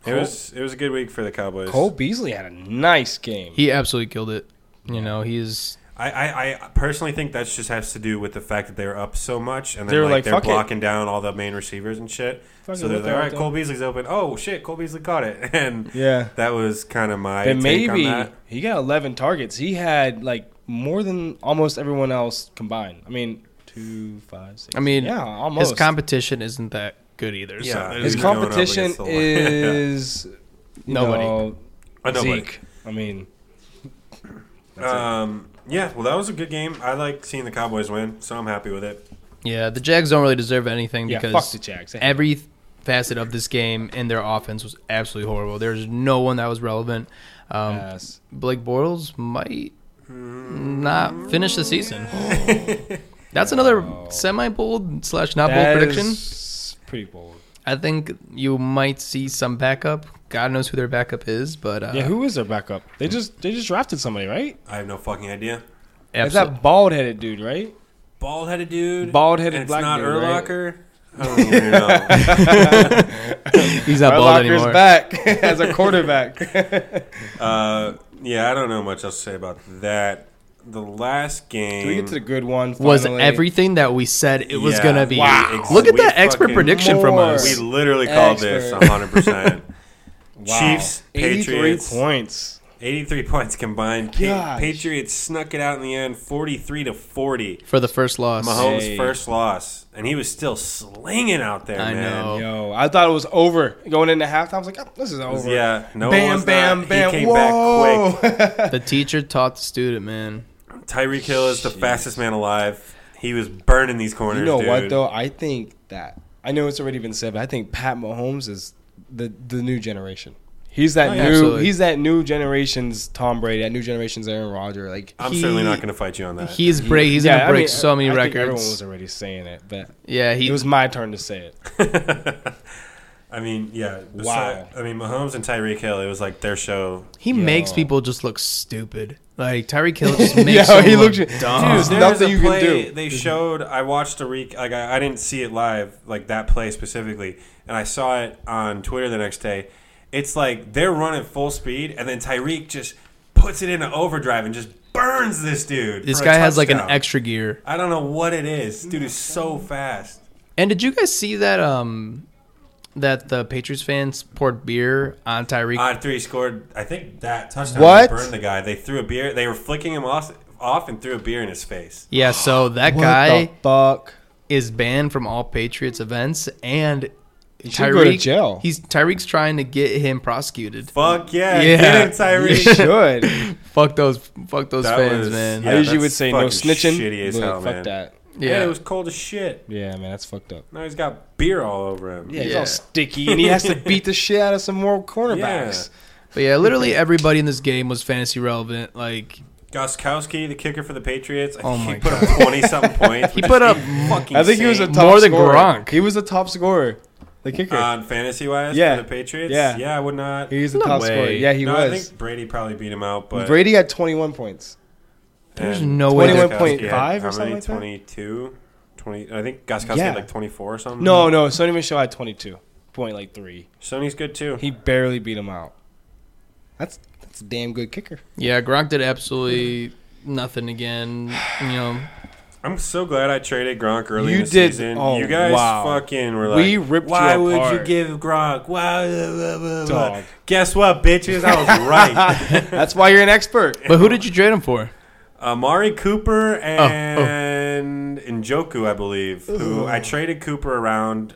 It was it was a good week for the Cowboys. Cole Beasley had a nice game. he absolutely killed it. You know, he's I, I, I personally think that just has to do with the fact that they were up so much and then They were like, like, they're "Fuck it." blocking down all the main receivers and shit. Fucking so they're look like, all out right, there." Cole Beasley's open. Oh shit, Cole Beasley caught it, *laughs* and Yeah. that was kind of my But take on maybe that. he got 11 targets. He had like more than almost everyone else combined. I mean, two, five, six. I mean, yeah, almost. his competition isn't that good either. Yeah. so His He's going up competition against the- *laughs* is you Nobody. know, Uh, nobody. Zeke. I mean, Um, yeah, well, that was a good game. I like seeing the Cowboys win, so I'm happy with it. yeah, the Jags don't really deserve anything yeah, fuck because the Jags. every facet of this game and their offense was absolutely horrible. There's no one that was relevant. Um, Ass. Blake Bortles might not finish the *laughs* season. That's another semi bold slash not bold That prediction. is pretty bold. I think you might see some backup. God knows who their backup is, but uh, Yeah, who is their backup? They just they just drafted somebody, right? I have no fucking idea. Is absolutely. that bald headed dude, right? Bald headed dude, Bald headed and it's black not dude. Right? Urlacher. I don't even know. *laughs* he's not bald Urlacher's anymore. *laughs* back *laughs* as a quarterback. *laughs* uh, yeah, I don't know much else to say about that. The last game. Can we get to the good one? Finally? was everything that we said it was Yeah, gonna be. we ex- Look at we that expert fucking- prediction from More. we us. literally called this Expert. 100%. *laughs* Wow. Chiefs, 83 Patriots. points. 83 points combined. Pa- Gosh. Patriots snuck it out in the end, 43 to 40. for the first loss. Mahomes' Hey. first loss, and he was still slinging out there, I man. know. Yo, I thought it was over going into halftime. I was like, oh, this is over. Yeah, no, it Bam, was bam, not. bam. He came Whoa. back quick. *laughs* The teacher taught the student, man. Tyreek Hill is the fastest man alive. He was burning these corners. you know dude. what though? I think that I know it's already been said, but I think Pat Mahomes is the the new generation. He's that Oh, new. yeah. Absolutely. He's that new generation's Tom Brady. That new generation's Aaron Rodgers. Like I'm he- certainly not going to fight you on that. He's break. He's Yeah, gonna I break mean, so many I think everyone records. was already saying it, but yeah, he it was my turn to say it. *laughs* I mean, yeah. Wow. besi- I mean, Mahomes and Tyreek Hill. It was like their show. he makes Yo. people just look stupid. Like *laughs* Tyreek Hill just *laughs* makes. Yo, he him look looks- *laughs* dumb. Dude, There's nothing you can do. They showed. I watched a re. Like I, I didn't see it live. Like that play specifically, and I saw it on Twitter the next day. It's like they're running full speed, and then Tyreek just puts it into overdrive and just burns this dude. This for a guy has like an touchdown. extra gear. I don't know what it is. This dude is so fast. And did you guys see that? Um, that the Patriots fans poured beer on Tyreek. Odd three scored. I think that touchdown What? burned the guy. They threw a beer. They were flicking him off, off and threw a beer in his face. yeah, so that What guy the *laughs* fuck? is banned from all Patriots events, and should go to Tyreek jail. He's Tyreek's trying to get him prosecuted. Fuck yeah, Yeah. get him, You *laughs* Tyree. should. Fuck those, fuck those fans, man. I usually would say no that's snitching. fucking Shitty as but hell, fuck man. that. Yeah. Yeah, it was cold as shit. Yeah, man, that's fucked up. Now he's got beer all over him. Yeah, he's Yeah. all sticky, and he has to beat the shit out of some more *laughs* cornerbacks. but yeah, literally everybody in this game was fantasy relevant. Like Goskowski, the kicker for the Patriots. I Oh think my he put up twenty something *laughs* points. he which put is up fucking. I think he was a insane. top More than scorer. Uh, Gronk. He was the top scorer, the kicker. on fantasy wise Yeah. for the Patriots. Yeah. I would not. He's the no top way. scorer. Yeah, he no, was. I think Brady probably beat him out, but Brady had 21 points. There's and no way 21.5 Goskowski or had how something many? like that? 22? 20, I think Goskowski Yeah. had like twenty four or something. No, no, Sony Michel had 22 point like three. Sony's good too. He barely beat him out. That's that's a damn good *laughs* kicker. yeah, Gronk did absolutely nothing again. You know, I'm so glad I traded Gronk early You in the did- season. oh, you guys wow. fucking were like, We ripped you why would you apart." give Gronk? Wow, blah, blah, blah, blah." Dog. Guess what, bitches? *laughs* I was right. That's why you're an expert. but who did you trade him for? Amari Oh, Cooper and Njoku, I believe, who I traded Cooper around.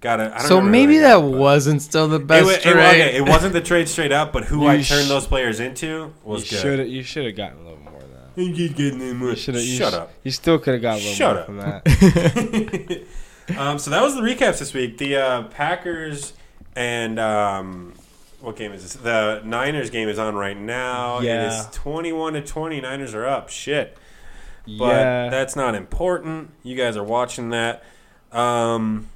Got it. So maybe that wasn't still the It, best wa- it, wa- trade. okay, it wasn't the trade straight up, but who You I sh- turned those players into You was should good. have you should have gotten a little more than that. You getting in You with- should have Shut up. You still could have got a little Shut more up. from *laughs* that. *laughs* Um, so that was the recaps this week. The uh, Packers and um, what game is this? The Niners game is on right now. It Yeah. is twenty-one to twenty. Niners are up. Shit, but yeah. that's not important. You guys are watching that. Um,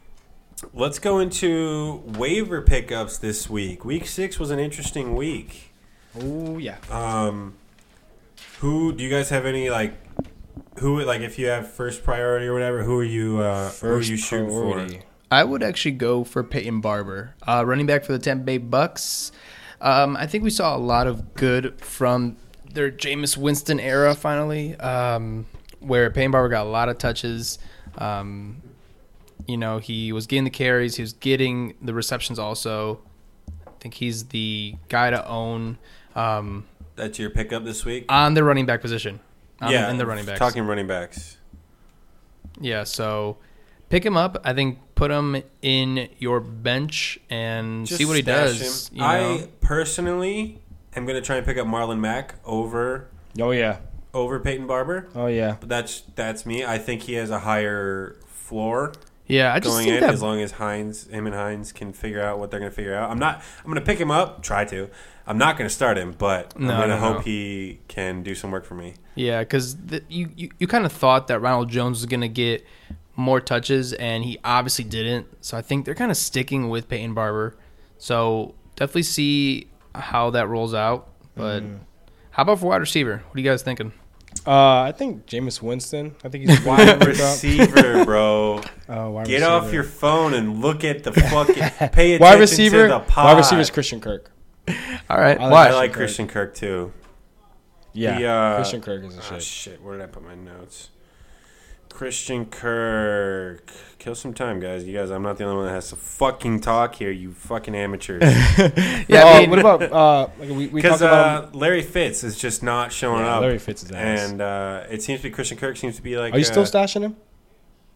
let's go into waiver pickups this week. Week six was an interesting week. oh yeah. Um, who do you guys have any like? Who like if you have first priority or whatever? Who are you? Uh, who are you shooting priority. for? I would actually go for Peyton Barber, uh, running back for the Tampa Bay Bucks. Um, I think we saw a lot of good from their Jameis Winston era, finally, um, where Peyton Barber got a lot of touches. Um, you know, he was getting the carries, he was getting the receptions also. I think he's the guy to own um, That's your pickup this week. on the running back position. Um, in the running backs. Talking running backs. Yeah, so pick him up. I think put him in your bench and see what he stash does. him. You know? I personally am going to try and pick up Marlon Mack over Oh yeah. over Peyton Barber, Oh yeah. but that's that's me. I think he has a higher floor yeah, I just going think in that as long as Hines, him and Hines can figure out what they're going to figure out. I'm not. I'm going to pick him up. Try to. I'm not going to start him, but No, I'm going to no, hope no. he can do some work *laughs* for me. yeah, because you you, you kind of thought that Ronald Jones was gonna get more touches, and he obviously didn't. So I think they're kind of sticking with Peyton Barber. So definitely see how that rolls out. But how about for wide receiver? What are you guys thinking? Uh, I think Jameis Winston. I think he's *laughs* Wide receiver. *laughs* receiver, bro. Oh, wide Get off receiver. your phone and look at *laughs* the fucking. Pay attention wide receiver. to the pod. Wide receiver is Christian Kirk. All right, I why? I like Kirk. Christian Kirk too. Yeah, The, uh, Christian Kirk is a Oh shit. shit! Where did I put my notes? Christian Kirk, kill some time, guys. You guys, I'm not the only one that has to fucking talk here. You fucking *laughs* amateurs. yeah, oh, I mean, what about uh? Like we we talked Because about uh, Larry Fitz is just not showing yeah, up, Larry Fitz's ass. and uh, it seems to be Christian Kirk seems to be like. Are you still uh, stashing him?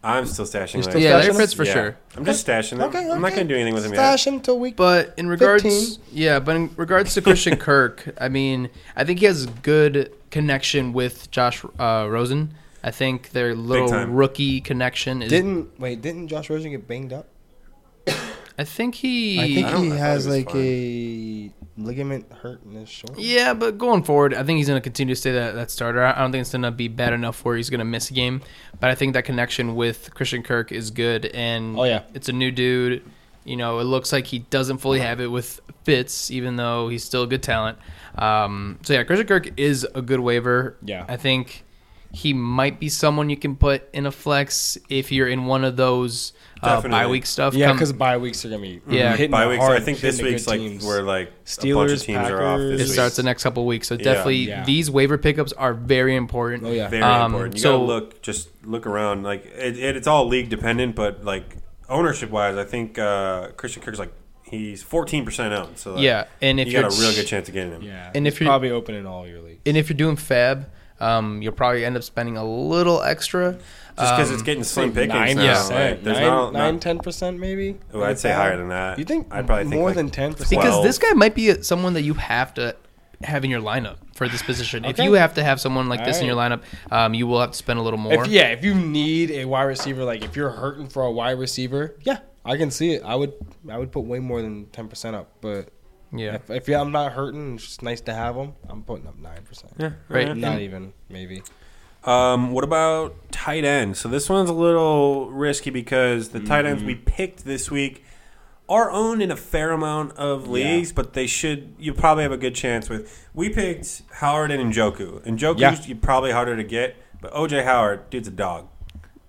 I'm still stashing. You're still yeah, Larry stashing Fitz for Yeah. sure. I'm just stashing him. Okay, I'm not okay. gonna do anything with him yet. Stash him till week. But in regards, 15. yeah, but in regards *laughs* to Christian Kirk, I mean, I think he has a good connection with Josh uh, Rosen. I think their little time. rookie connection is. Didn't wait? Didn't Josh Rosen get banged up? I think he. I think I don't- he I thought has he was like fine. a ligament hurt in his shoulder. yeah, but going forward, I think he's going to continue to stay that, that starter. I I don't think it's going to be bad enough where he's going to miss a game, but I think that connection with Christian Kirk is good. And Oh, yeah. it's a new dude. You know, it looks like he doesn't fully have it with Fitz, even though he's still a good talent. Um, so yeah, Christian Kirk is a good waiver. Yeah. I think He might be someone you can put in a flex if you're in one of those uh, Definitely. bye week stuff. Yeah, Come- because bye weeks are gonna be Yeah. hitting Bye weeks. Hard, I think this hitting the week's good like teams. where like a bunch of Steelers, teams are off. This Packers. it week. starts the next couple weeks. So definitely Yeah. these waiver pickups are very important. Oh, yeah. Very Um, important. You so- gotta look, just look around. Like it, it, it's all league dependent, but like ownership wise, I think uh, Christian Kirk's like he's fourteen percent owned. So like, Yeah, and if you you're got a real ch- good chance of getting him. yeah, And if it's you're- probably open in all your leagues. And if you're doing fab, um, you'll probably end up spending a little extra. Just because Um, it's getting slim pickings Nine now. percent, Like, there's nine, not, nine, not- ten percent maybe. Oh, I'd say higher than that. You think? I'd probably think more like than ten percent. because Well- this guy might be a- someone that you have to have in your lineup for this position. If Okay. you have to have someone like this in your All lineup, um, you will have to spend a little more. if, yeah, if you need a wide receiver, like if you're hurting for a wide receiver, yeah, I can see it. I would, I would put way more than ten percent up. But Yeah. if, if I'm not hurting, it's just nice to have them. I'm putting up nine percent. Yeah, Right. Not even maybe. Um, what about tight end? So this one's a little risky because the tight ends Mm-hmm. we picked this week are owned in a fair amount of leagues, but they should. You probably have a good chance with. We picked Howard and Njoku. Njoku's Yeah. you probably harder to get, but OJ Howard, dude's a dog.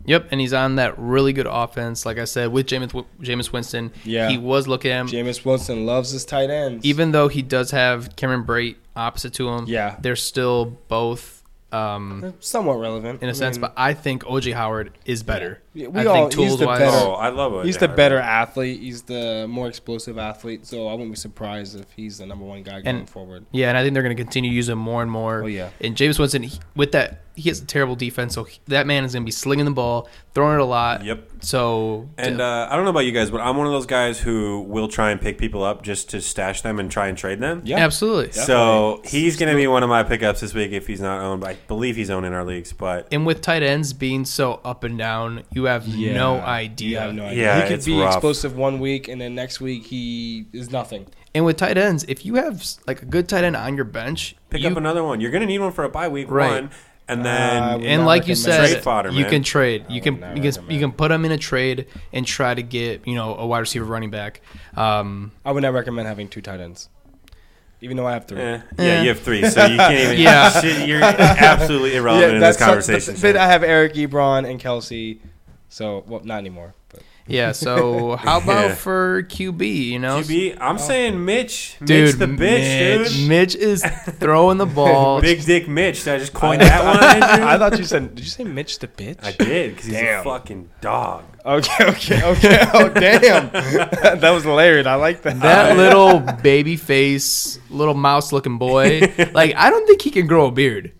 Yep, and he's on that really good offense. Like I said, with Jameis, Jameis Winston, Yeah. he was looking at him. Jameis Wilson loves his tight ends. even though he does have Cameron Brate opposite to him, Yeah. they're still both um, somewhat relevant in a sense. but I think OJ Howard is better. Yeah, we I all- think he's the tools-wise- better- Oh, I love OJ. he's the Howard. better athlete. He's the more explosive athlete. So I wouldn't be surprised if he's the number one guy going And- forward. Yeah, and I think they're going to continue using him more and more. Oh, yeah. And James Winston, he- with that, he has a terrible defense, so he- that man is going to be slinging the ball, throwing it a lot. Yep. So And yeah. uh, I don't know about you guys, but I'm one of those guys who will try and pick people up just to stash them and try and trade them. Yeah, absolutely. So he's going to be one of my pickups this week if he's not owned. But I believe he's owned in our leagues, but And with tight ends being so up and down, you have Yeah. no idea. You have no idea. Yeah, he could it's be rough. explosive one week, and then next week he is nothing. And with tight ends, if you have like a good tight end on your bench, pick you up another one. You're going to need one for a bye week Right. one, and then eh, Uh, we- and not like you recommend- said, Trade fodder, you man. can trade. You would can not you can, recommend. you can put them in a trade and try to get you know a wide receiver, running back. Um, I would not recommend having two tight ends, even though I have three. eh, Eh. yeah, you have three, so you can't *laughs* even. Yeah. *laughs* shit, you're absolutely irrelevant in this that's conversation. But I have Eric Ebron and Kelsey, so well, not anymore. *laughs* But yeah. So how about Yeah. for QB? You know, QB, Oh. I'm saying Mitch, dude, Mitch the bitch, Mitch, dude. Mitch is throwing the ball. *laughs* Big Dick Mitch. Did I just coin that one? *laughs* Andrew? I thought you said, did you say Mitch the bitch? I did because he's a Damn. fucking dog. *laughs* Okay, okay, okay. *laughs* Oh, *laughs* damn, that was hilarious. I like that. that little baby face, little mouse looking *laughs* boy. like I don't think he can grow a beard.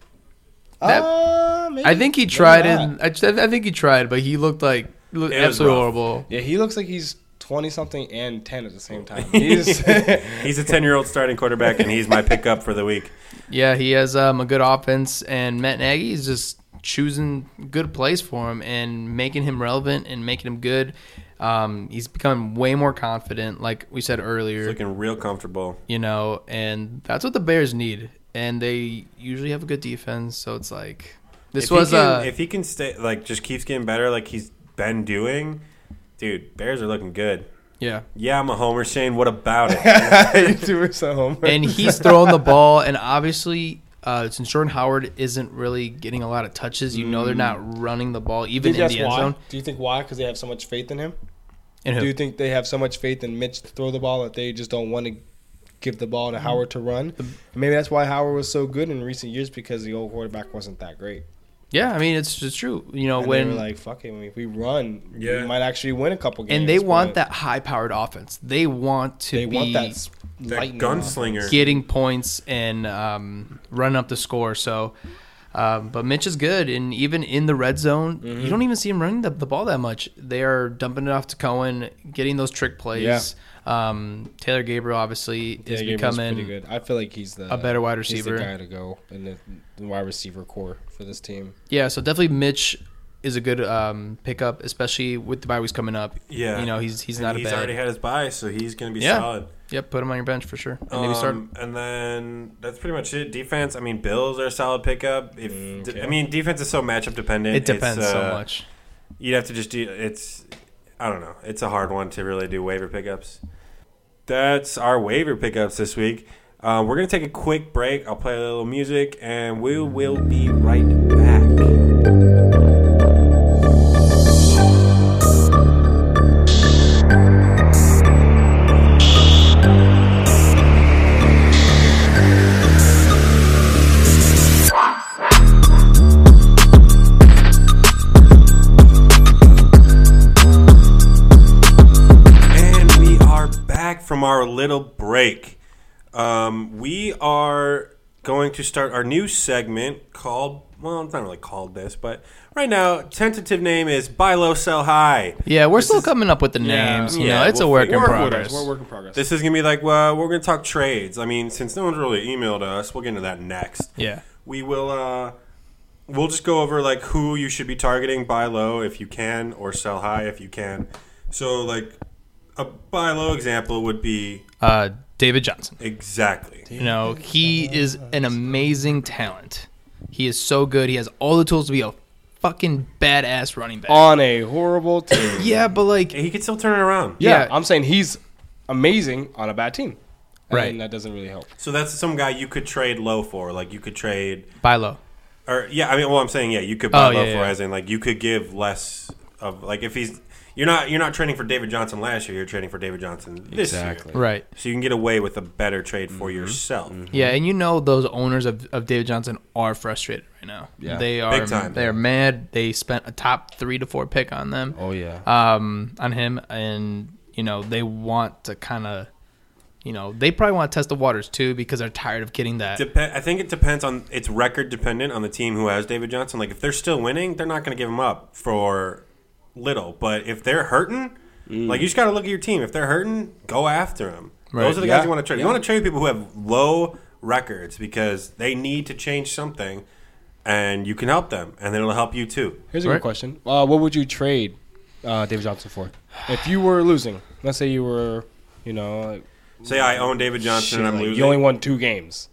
that- Uh, maybe- I think he maybe tried it. not. I, I think he tried, but he looked like he looked It was absolutely rough. horrible. Yeah, he looks like he's twenty something and ten at the same *laughs* time. He's *laughs* *laughs* He's a 10 year old starting quarterback, and he's my pickup for the week. Yeah, he has um, a good offense, and Matt Nagy is just choosing good plays for him and making him relevant and making him good. Um, he's becoming way more confident, like we said He's earlier, looking real comfortable. you know, and that's what the Bears need. And they usually have a good defense, so it's like this if was he can, uh, if he can stay like just keeps getting better like he's been doing, dude. Bears are looking good. *laughs* yeah. Yeah, I'm a homer, Shane. What about *laughs* it? two or so home. and he's throwing the ball, and obviously. Uh, since Jordan Howard isn't really getting a lot of touches, you know they're not running the ball even in the end Mm. why? zone. Do you think why? Because they have so much faith in him. And who? Do you think they have so much faith in Mitch to throw the ball that they just don't want to give the ball to Howard to run? Maybe that's why Howard was so good in recent years because the old quarterback wasn't that great. yeah, I mean it's just true. You know And when they were like, "Fuck it, I mean, if we run, Yeah. we might actually win a couple games." and they want but that high-powered offense. They want to They be want that, s- That lightning gunslinger. getting points and um, running up the score. So, um, but Mitch is good, and even in the red zone, Mm-hmm. you don't even see him running the, the ball that much. They are dumping it off to Cohen, getting those trick plays. Yeah. Um, Taylor Gabriel obviously offense. is Yeah, Gabriel's becoming pretty good. I feel like he's the a better wide he's the receiver. guy to go in the, the wide receiver core for this team. Yeah, so definitely Mitch is a good um, pickup, especially with the bye weeks coming up. Yeah. you know he's he's And not he's a bad. already had his buy, so he's going to be Yeah. solid. yep, put him on your bench for sure, and maybe start. Um, and then that's pretty much it. Defense. I mean, Bills are a solid pickup. If Okay. I mean, defense is so matchup dependent. Mm, It depends It's, so uh, much. You'd have to just do. It's. I don't know. It's a hard one to really do waiver pickups. That's our waiver pickups this week. Uh, we're going to take a quick break. I'll play a little music, and we will be right back. And we are back from our little break. Um, we are going to start our new segment called, well, it's not really called this, but right now, tentative name is Buy Low, Sell High. Yeah, we're still coming up with the names. You Yeah, know, it's we'll a work figure- in we're- We're progress. We're a work in progress. This is going to be like, well, we're going to talk trades. I mean, since no one's really emailed us, we'll get into that next. Yeah. We will, uh, we'll just go over like who you should be targeting, buy low if you can, or sell high if you can. So, like, a buy low example would be Uh, David Johnson. exactly. You know, he is an amazing talent. He is so good. He has all the tools to be a fucking badass running back. on a horrible team. *clears throat* yeah, but like, He could still turn it around. yeah, Yeah. I'm saying he's amazing on a bad team. And Right. That doesn't really help. So that's some guy you could trade low for. Like you could trade, buy low. or yeah, I mean, well, I'm saying yeah, you could buy Oh, low yeah, for yeah. as in like you could give less of like if he's you're not you're not trading for David Johnson last year. You're trading for David Johnson this Exactly. year. Right. So you can get away with a better trade for Mm-hmm. yourself. Yeah, and you know those owners of, of David Johnson are frustrated right now. Yeah. They are Big time. they are mad. They spent a top three to four pick on them. Oh, yeah. Um on him and you know, they want to kinda you know, they probably want to test the waters too because they're tired of getting that Depe- I think it depends on it's record dependent on the team who has David Johnson. Like if they're still winning, they're not going to give him up for little. But if they're hurting, Mm. like you just got to look at your team. If they're hurting, go after them. Those are the guys Yeah. you want to trade. You Yeah. want to trade people who have low records because they need to change something, and you can help them, and then it'll help you too. Here's a Right. good question. Uh, what would you trade uh, David Johnson for? If you were losing, let's say you were, you know, like, Say I own David Johnson shit, and I'm like, losing. you only won two games.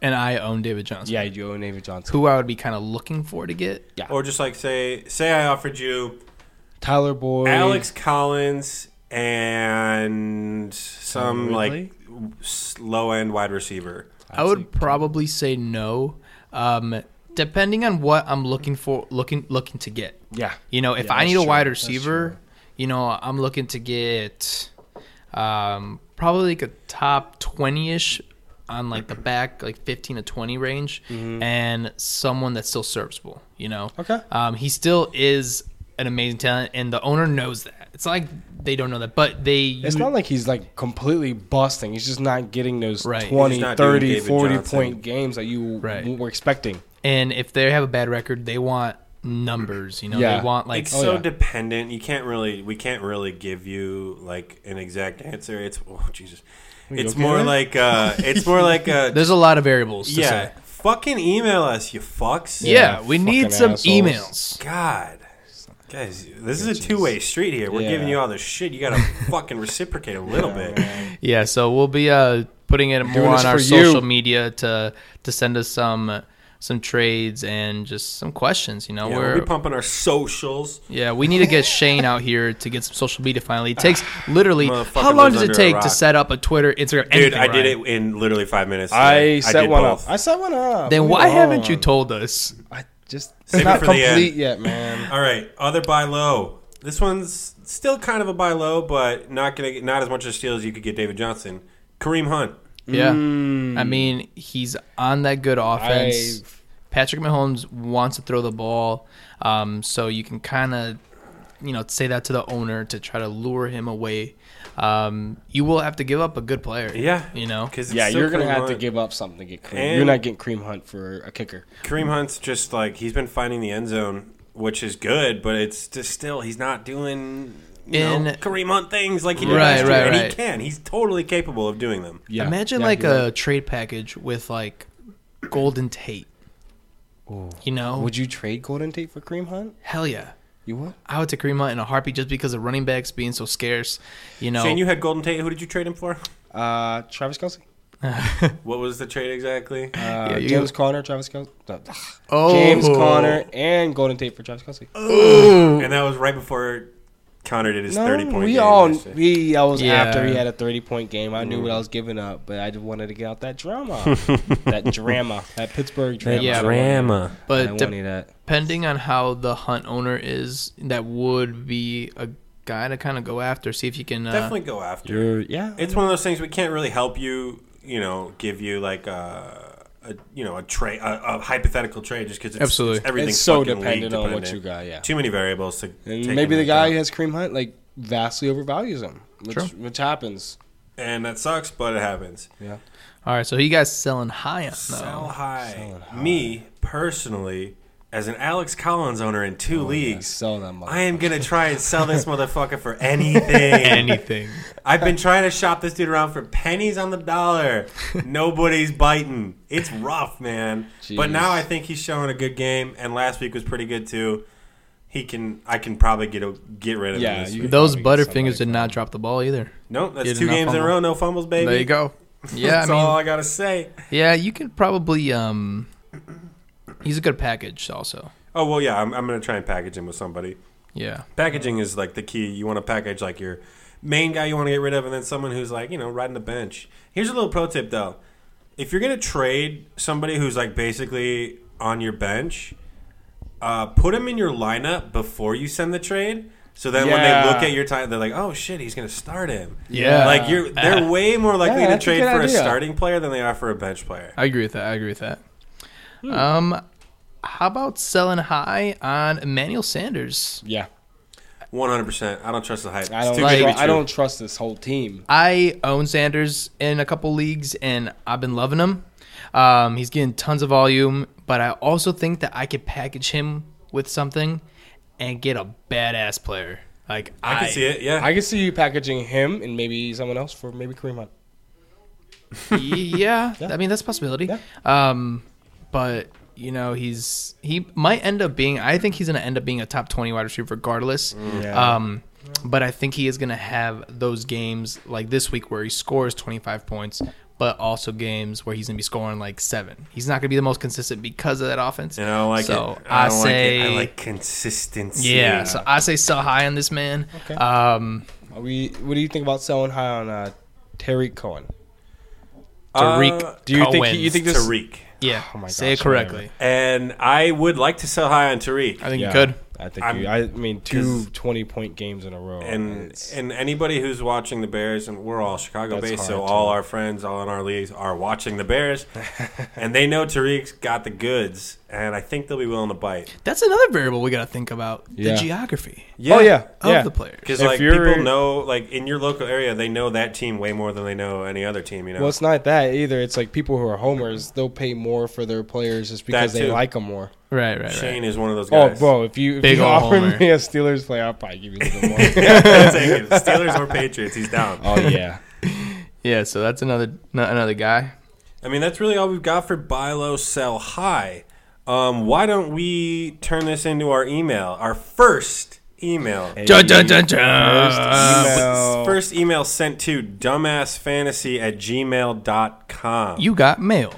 and I own David Johnson. Yeah, you own David Johnson. Who I would be kinda looking for to get. or just like say say I offered you Tyler Oh, Boyd. Alex Collins and some Ridley? like low end wide receiver. I would probably say no. Um depending on what I'm looking for looking looking to get. Yeah. You know, if Yeah, I that's need a true. wide That's receiver, you know, I'm looking to get um, probably like a top 20 ish on like the back, like 15 to 20 range, and someone that's still serviceable, you know? Mm-hmm. Okay. Um, he still is an amazing talent, and the owner knows that. It's not like they don't know that, but they. It's not like he's like completely busting. He's just not getting those Right. He's twenty, not doing thirty, forty 20, 30, 40 David Johnson. point games that you Right. were expecting. and if they have a bad record, they want numbers, you know? Yeah. They want like. it's oh, so yeah. dependent. You can't really we can't really give you like an exact answer. It's oh Jesus. It's okay more there? like uh it's more *laughs* like uh there's a lot of variables to yeah. say. Fucking email us, you fucks. Yeah, we fucking need some assholes. emails. God. Guys, this is a two-way street here. We're Yeah. giving you all this shit. *laughs* You gotta fucking reciprocate a little bit. Yeah, so we'll be uh, putting it more Doing this on our for you. social media to to send us some some trades and just some questions. You know, Yeah, we're we'll be pumping our socials. yeah, we need to get Shane out here to get some social media. Finally, it *sighs* takes literally Motherfucker how long lives does it under a take to rock. set up a Twitter, Instagram? Dude, anything, I did Ryan? it in literally five minutes. I today. set did one both. up. I set one up. Then Leave why it haven't you alone. told us? I just Save it it's not for the end. complete yet, man. *laughs* All right, other buy low. This one's still kind of a buy low, but not gonna get, not as much of a steal as you could get David Johnson. Kareem Hunt. Yeah, Mm. I mean he's on that good offense. I- Patrick Mahomes wants to throw the ball, um, so you can kind of, you know, say that to the owner to try to lure him away. Um, you will have to give up a good player. Yeah, you know, because Yeah, you're gonna have to give up something to get cream. And- you're not getting cream hunt for a kicker. Kareem Hunt's just like he's been finding the end zone, which is good, but it's just still he's not doing you In- know, Kareem Hunt things like he did Right, last year, right, and right. he can. He's totally capable of doing them. Yeah. imagine like a trade package with like Golden Tate. You know, Would you trade Golden Tate for cream hunt? hell yeah. Oh. You would? I would take Kareem Hunt in a heartbeat just because of running backs being so scarce. You know, Shane, you had Golden Tate. Who did you trade him for? Uh, Travis Kelsey. What was the trade exactly? Uh, you- James Conner, Travis Kelsey. oh, James Conner and Golden Tate for Travis Kelsey. and that was right before Connor did his No, thirty point we game. all last year. we. I was Yeah. after he had a thirty point game. I knew Mm. what I was giving up, but I just wanted to get out that *laughs* drama, that drama, that Pittsburgh drama. Yeah. I don't want any- I *laughs* But don't de- want any of that. depending on how the hunt owner is, that would be a guy to kind of go after. See if you can. Uh, Definitely go after. You're, yeah, It's one of those things we can't really help you. You know, give you like a, a you know a trade, a, a hypothetical trade, just because Absolutely. everything's It's so fucking league dependent on what dependent. you got. Yeah, Too many variables to. and take maybe into the guy who account. has cream hunt like vastly overvalues him, which True. which happens. and that sucks, but it happens. Yeah, all right, so you guys selling high on Sell though. high. Sell it high. Me personally, as an Alex Collins owner in two yeah leagues, sell that I motherfucker. am gonna try and sell this motherfucker for *laughs* anything. anything. I've been trying to shop this dude around for pennies on *laughs* the dollar. Nobody's biting. It's rough, man. But Jeez. now I think he's showing a good game, and last week was pretty good too. He can, I can probably get a, get rid of Yeah, him. This you can- week. Those Somebody butterfingers did call. not drop the ball either. Nope, You that's did two not games in a fumble. row, no fumbles, baby. There you *laughs* go. Yeah, that's I mean, all I gotta say. yeah, you could probably. Um, he's a good package, also. Oh well, yeah, I'm, I'm gonna try and package him with somebody. Yeah, Packaging is like the key. You want to package like your main guy you want to get rid of, and then someone who's like you know riding the bench. Here's a little pro tip though: if you're gonna trade somebody who's like basically on your bench, uh, put him in your lineup before you send the trade. So then when Yeah. they look at your time, they're like, "Oh shit, he's gonna start him." Yeah. like you're they're way more likely Uh, Yeah, to that's a trade good for a idea. starting player than they are for a bench player. I agree with that. I agree with that. Hmm. Um, how about selling high on Emmanuel Sanders? yeah. One hundred percent. I don't trust the hype. I It's don't. too good to tru- be I true. don't trust this whole team. I own Sanders in a couple leagues, and I've been loving him. Um, he's getting tons of volume, but I also think that I could package him with something and get a badass player. Like I, I can see it. Yeah, I can see you packaging him and maybe someone else for maybe Kareem Hunt. yeah, Yeah. I mean that's a possibility. Yeah. Um, but you know he's he might end up being. I think he's going to end up being a top twenty wide receiver regardless. Yeah. Um, but I think he is going to have those games like this week where he scores 25 points, but also games where he's going to be scoring like seven. He's not going to be the most consistent because of that offense. And I don't like so it. I, I, don't say, like it. I like consistency. yeah, So I say sell high on this man. Okay. Um, Are we. What do you think about selling high on uh, Tariq Cohen? Tariq. Uh, Do you think Cohen. he, you think this? Tariq. Yeah. Oh my say it gosh, correctly. And I would like to sell high on Tariq. I think Yeah, you could. I think I'm- you, I mean two 'cause- 20 point games in a row. And it's- and anybody who's watching the Bears, and we're all Chicago That's based, so hard, all too. our friends, all in our leagues, are watching *laughs* the Bears, and they know Tariq's got the goods, and I think they'll be willing to bite. That's another variable we got to think about Yeah. the geography oh yeah, of yeah. the players. Because If like you're- people know, like in your local area, they know that team way more than they know any other team. You know, Well, it's not that either. It's like people who are homers, they'll pay more for their players just because they too. like them more. Right, right, right. Shane is one of those Oh, guys. *laughs* bro, if you if Big you ol' offer homer. me a Steelers player, I'll probably give you a little *laughs* more. I'll take it. Steelers or Patriots, he's down. oh yeah, Yeah, so that's another no- another guy. I mean, that's really all we've got for buy low, sell high. Um, why don't we turn this into our email, our first email? Dun, dun, dun, dun. First email. First email sent to dumbassfantasy at gmail.com. You got *laughs* mail.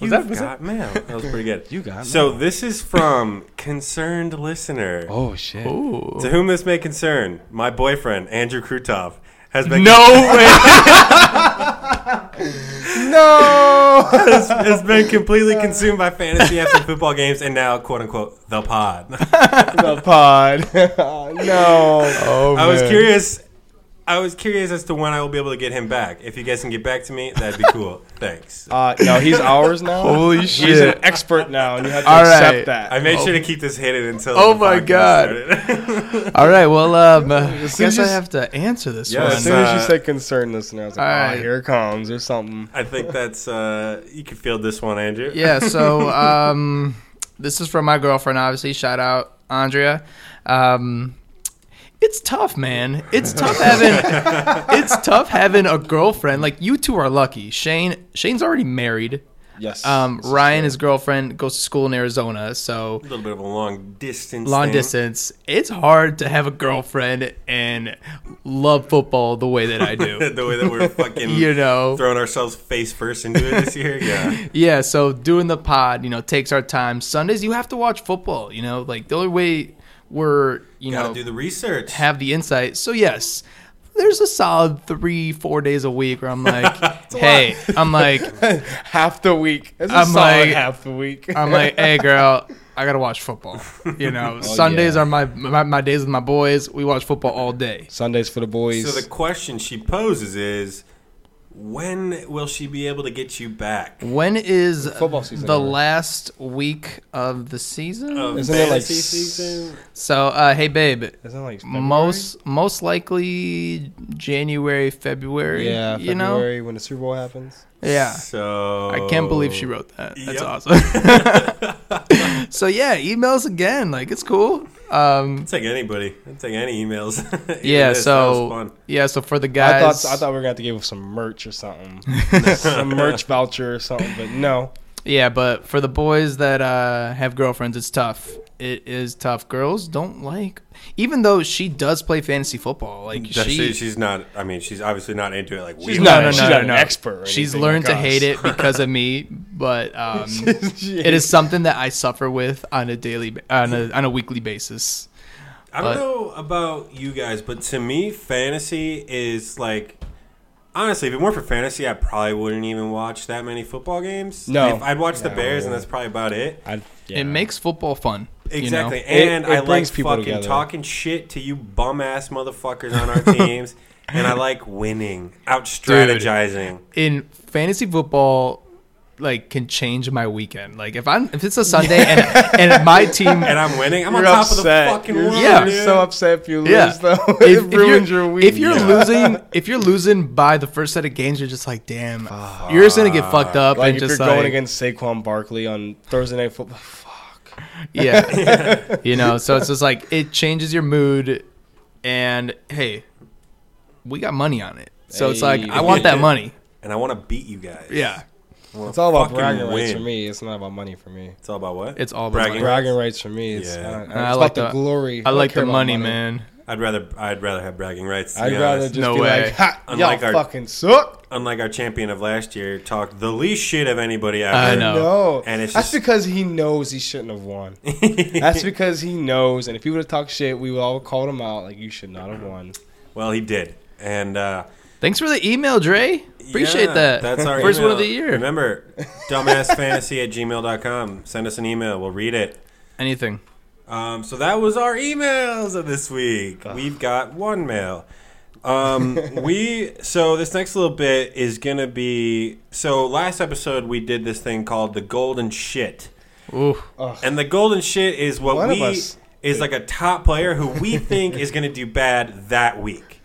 You've that- was got mail. That was pretty good. *laughs* You got So this is from concerned listener. Oh shit. Ooh. To whom this may concern, my boyfriend, Andrew Krutov, has been way. No. has, has been completely consumed by fantasy after football games and now, quote unquote, the *laughs* pod. *laughs* the pod. *laughs* Oh, no. oh, I was curious. I was curious as to when I will be able to get him back. If you guys can get back to me, that'd be *laughs* cool. Thanks. Uh, no, he's ours now. Holy He's an shit. expert now, and you have to All accept right. that. I made sure to keep this hidden until. Oh the my podcast God. started. *laughs* All right, well, *laughs* um, uh, I soon as guess you I s- have to answer this Yeah, As soon soon one. uh, as you said concerned listener, I was like, all "Ah, right. here it comes or something. I think that's. Uh, you can field this one, Andrew. Yeah, *laughs* so um, this is from my girlfriend, obviously. Shout out, Andrea. Um, it's tough, man. It's *laughs* tough having it's tough having a girlfriend. Like you two are lucky. Shane Shane's already married. Yes. *laughs* Um, Ryan, his girlfriend, goes to school in Arizona, so A little bit of a long distance. long thing. distance. It's hard to have a girlfriend and love football the way that I *laughs* do. *laughs* *laughs* the way that we're fucking, you know, throwing ourselves face first into it this year. *laughs* Yeah. yeah. So doing the pod, you know, takes our time. Sundays you have to watch football. You know, like the only way were you Got know to do the research. have the insight. So yes, there's a solid three, four days a week where I'm *laughs* like, hey, I'm like, half the week. It's a I'm solid like- half the *laughs* week. I'm like, hey, girl, I gotta watch football. You *laughs* Oh, know, Sundays yeah. are my, my my days with my boys. We watch football all day. Sundays for the boys. so the question she poses is, when will she be able to get you back? When is Football season the over. last week of the season? Of Isn't it like fantasy s- season? so, uh, hey, babe, Isn't it like February? most most likely January, February. yeah, you know, February when the Super Bowl happens. yeah. So I can't believe she wrote that. That's Yep. awesome. *laughs* so yeah, emails again. Like it's cool. Um, I'll take anybody. I'll take any emails. *laughs* Even yeah. this, So that was fun. yeah. So for the I guys, thought I thought we were gonna have to give some merch or *laughs* something, some merch voucher or something, but no. yeah. But for the boys that uh, have girlfriends, it's tough. It is tough. Girls don't like, even though she does play fantasy football. Like That- she- she, she's not. I mean, she's obviously not into it. Like She's we. not- are. she's an expert or She's anything learned like to hate us. it because *laughs* of me, but um, She- it is something that I suffer with on a daily, ba- on a on a weekly basis. I don't know about you guys, but to me, fantasy is like. Honestly, if it weren't for fantasy, I probably wouldn't even watch that many football games. No. If I'd watch the No. Bears, and that's probably about it. I, yeah. It makes football fun. you know? Exactly, It- and it I like brings people fucking together. talking shit to you bum ass motherfuckers on our teams, and I like winning, out strategizing. in fantasy football like can change my weekend. Like if I'm if it's a Sunday *laughs* and and my team And I'm winning. I'm You're on top upset. of the fucking You're- world. Yeah. you're dude. so upset if you lose yeah, though. *laughs* if, it if ruins you're, your week. If you're *laughs* Yeah. losing, if you're losing by the first set of games, you're just like, damn, you're just gonna get fucked up like and if just you're going like, against Saquon Barkley on Thursday night football, fuck. *laughs* yeah, you know. So it's just like it changes your mood, and hey, we got money on it, so it's like Hey. I want that money. and I want to beat you guys. Yeah, It's all about fucking bragging rights win. for me. It's not about money for me. It's all about what? it's all about Bragging money. Bragging rights for me. It's, Yeah. I don't- And I it's like about the, the- glory. I don't like care the about money, man. I'd rather I'd rather have bragging rights. To I'd be rather honest. just No be way. like, ha, Unlike y'all our- fucking suck. unlike our champion of last year, talked the least shit of anybody ever. I know. No, And it's that's just- because he knows he shouldn't have won. that's because he knows, and if he would have talked shit, we would all called him out. Like you should not have won. *laughs* Well, he did, and uh, Thanks for the email, Dre. Appreciate yeah, that. That's our first one email. of the year. Remember, dumbassfantasy at gmail.com. Send us an email. We'll read it. Anything. Um, so that was our emails of this week. We've got one mail. *laughs* Um, we so this next little bit is gonna be so last episode we did this thing called the golden shit. Ooh. And the golden shit is what One of we us- is like a top player who *laughs* we think is going to do bad that week.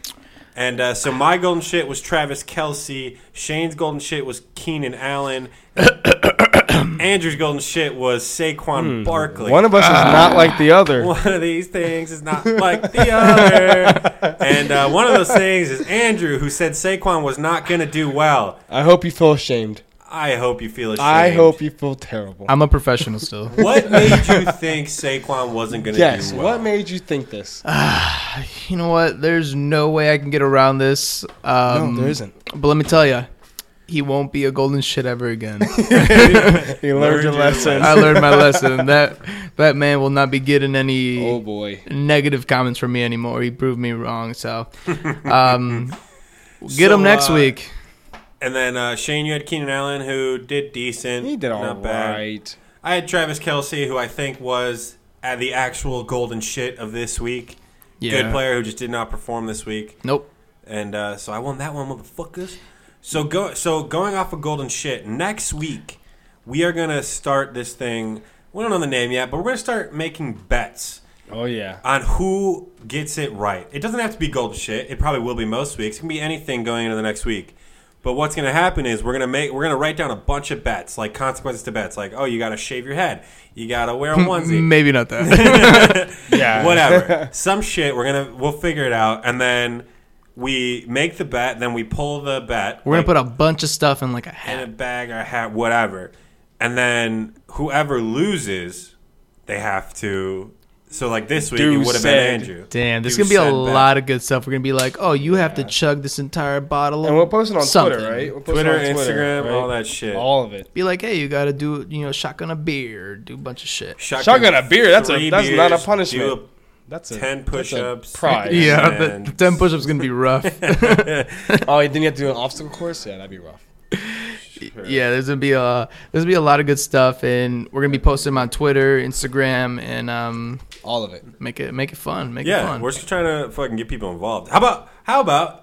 And uh, so my golden shit was Travis Kelsey. Shane's golden shit was Keenan Allen. *coughs* Andrew's golden shit was Saquon Barkley. Hmm. One of us is ah. not like the other. *laughs* One of these things is not like the other. and uh, one of those things is Andrew, who said Saquon was not going to do well. I hope you feel ashamed. I hope you feel ashamed. I hope you *laughs* feel terrible. I'm a professional still. *laughs* What made you think Saquon wasn't going to yes. do well? What made you think this? you know what? There's no way I can get around this. Um, no, there isn't. But let me tell you, he won't be a golden shit ever *laughs* again. You learned your your lesson. lesson. I learned my lesson. That that man will not be getting any *laughs* Oh boy. negative comments from me anymore. He proved me wrong. *laughs* So, um, get him So, next uh, week. And then uh, Shane, you had Keenan Allen, who did decent. He did all right. not bad. I had Travis Kelsey, who I think was at the actual golden shit of this week. Good Yeah. player who just did not perform this week. Nope. And uh, so I won that one, motherfuckers. So go. So going off of golden shit, next week we are gonna start this thing. We don't know the name yet, but we're gonna start making bets Oh yeah. on who gets it right. It doesn't have to be golden shit. It probably will be most weeks. It can be anything going into the next week. But what's going to happen is we're going to make we're going to write down a bunch of bets, like consequences to bets, like oh you got to shave your head, you got to wear a onesie, Maybe not *laughs* that. Yeah. *laughs* whatever. Some shit we're going to we'll figure it out and then we make the bet, then we pull the bet. We're gonna like, put a bunch of stuff in like a in a hat. bag or a hat, whatever. And then whoever loses, they have to. So like this week, Do it would have been said. Andrew. Damn, there's Do gonna be a said bet. lot of good stuff. We're gonna be like, oh, you have to chug this entire bottle. of And we'll post it on something. Twitter, right? We'll post Um, Twitter, it on Instagram, right? all that shit. All of it. be like, hey, you gotta do you know shotgun a beer, do a bunch of shit. Shotgun, Shotgun a beer, that's a- three that's not a beers, punishment. do That's a Ten that's a push-ups. Prize. Yeah. Yeah. Yeah, man. but 10 push ups going to be *laughs* rough. *laughs* Oh, then you have to do an obstacle course. Yeah, that'd be rough. yeah, there's gonna be a there's gonna be a lot of good stuff, and we're gonna be posting them on Twitter, Instagram, and um, All of it. Mm-hmm. make it make it fun, make it Yeah, fun. we're just trying to fucking get people involved. How about how about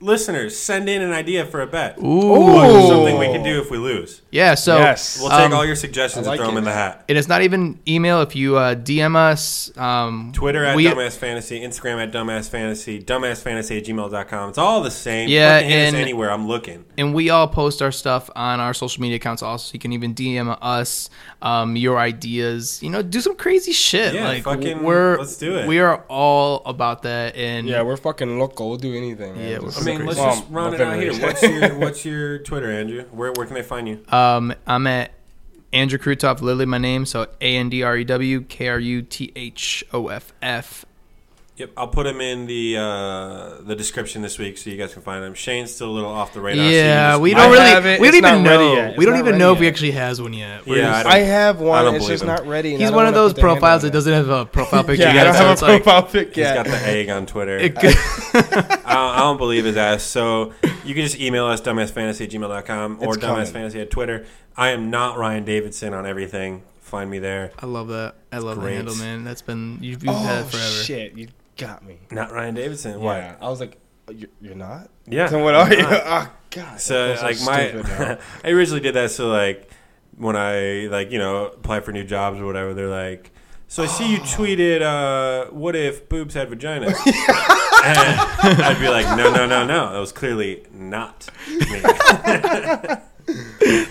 listeners send in an idea for a bet? Ooh. Something we can do if we lose. yeah. So Yes. We'll take Um, all your suggestions I like and throw them it. in the hat. and it's not even email. If you uh, DM us, um, Twitter at we- dumbass fantasy, Instagram at dumbass fantasy, dumbass fantasy at gmail.com. It's all the same. Yeah, Fucking hit us and- anywhere. I'm looking. and we all post our stuff on our social media accounts. Also, you can even DM us um, your ideas. You know, do some crazy shit. Yeah, like fucking- we're let's do it. We are all about that, and Yeah, we're fucking local. We'll do anything. Man. Yeah, we're I mean, let's Well, just run it nothing out really. here. *laughs* What's your What's your Twitter, Andrew? Where Where can they find you? Um, I'm at Andrew Krutov, literally my name. So A N D R E W K R U T H O F F. Yep, I'll put him in the uh, the description this week so you guys can find him. Shane's still a little off the radar. so you Yeah, just we might- don't have really, it. we don't It's even not ready know. yet. We It's don't not even ready know if he yet. actually has one yet. We're Yeah, just- I don't- I have I one. don't it's believe just him. not ready. and I he's don't one of wanna those put the handle on profiles that it. doesn't *laughs* have a profile picture. Yeah, I yet, don't so have a it's like- profile pic He's yet. got the egg on Twitter. it could- *laughs* I, don't, I don't believe his ass. So you can just email us, dumbassfantasy at gmail.com or It's coming. dumbassfantasy at Twitter. I am not Ryan Davidson on everything. Find me there. I love that. I love the Great. handle, man. That's been you've, you've had it Oh forever. shit! You got me. Not Ryan Davidson. Yeah, I was like, "Oh, you're, you're *laughs* not. Yeah. Then what are you? I'm not. Oh god. So, that like feels stupid *laughs* now. my, *laughs* I originally did that. So like when I like you know apply for new jobs or whatever, they're like, so I see *gasps* you tweeted, uh, what if boobs had *laughs* vaginas? and I'd be like, no, no, no, no. That was clearly not *laughs* me. That's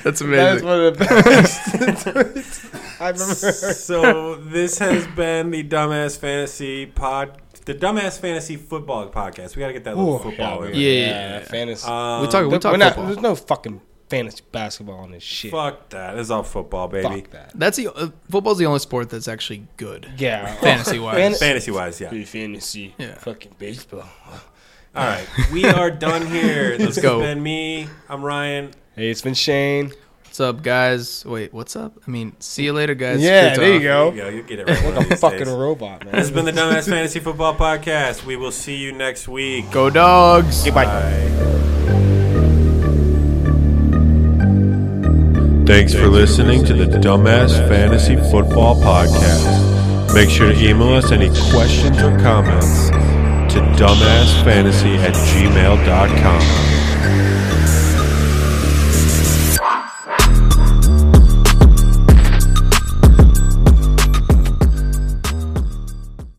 That is amazing. one of the best. *laughs* I remember. *laughs* so this has been the dumbass fantasy pod, the dumbass fantasy football podcast. We got to get that little Ooh, football. in yeah. there. fantasy. Um, We talk. We We're talk not- football. there's no fucking fantasy basketball on this shit. Fuck, Fuck that. It's all football, baby. that. That's the uh, football's the only sport that's actually good. *laughs* Yeah. Fantasy wise. Fan- Fantasy wise, yeah. fantasy. Yeah. Fucking baseball. All right, we are *laughs* done here. This go. has been me. I'm Ryan. Hey, it's been Shane. What's up, guys? Wait, what's up? I mean, see you later, guys. yeah, Krutov. there you There go. you go. You get it right. one of Oh. Like a these fucking days. robot, man. This has been the Dumbass Fantasy Football Podcast. We will see you next week. Go dogs. Bye. Thanks for listening to the Dumbass Fantasy Football Podcast. Make sure to email us any questions or comments to dumbassfantasy at gmail.com.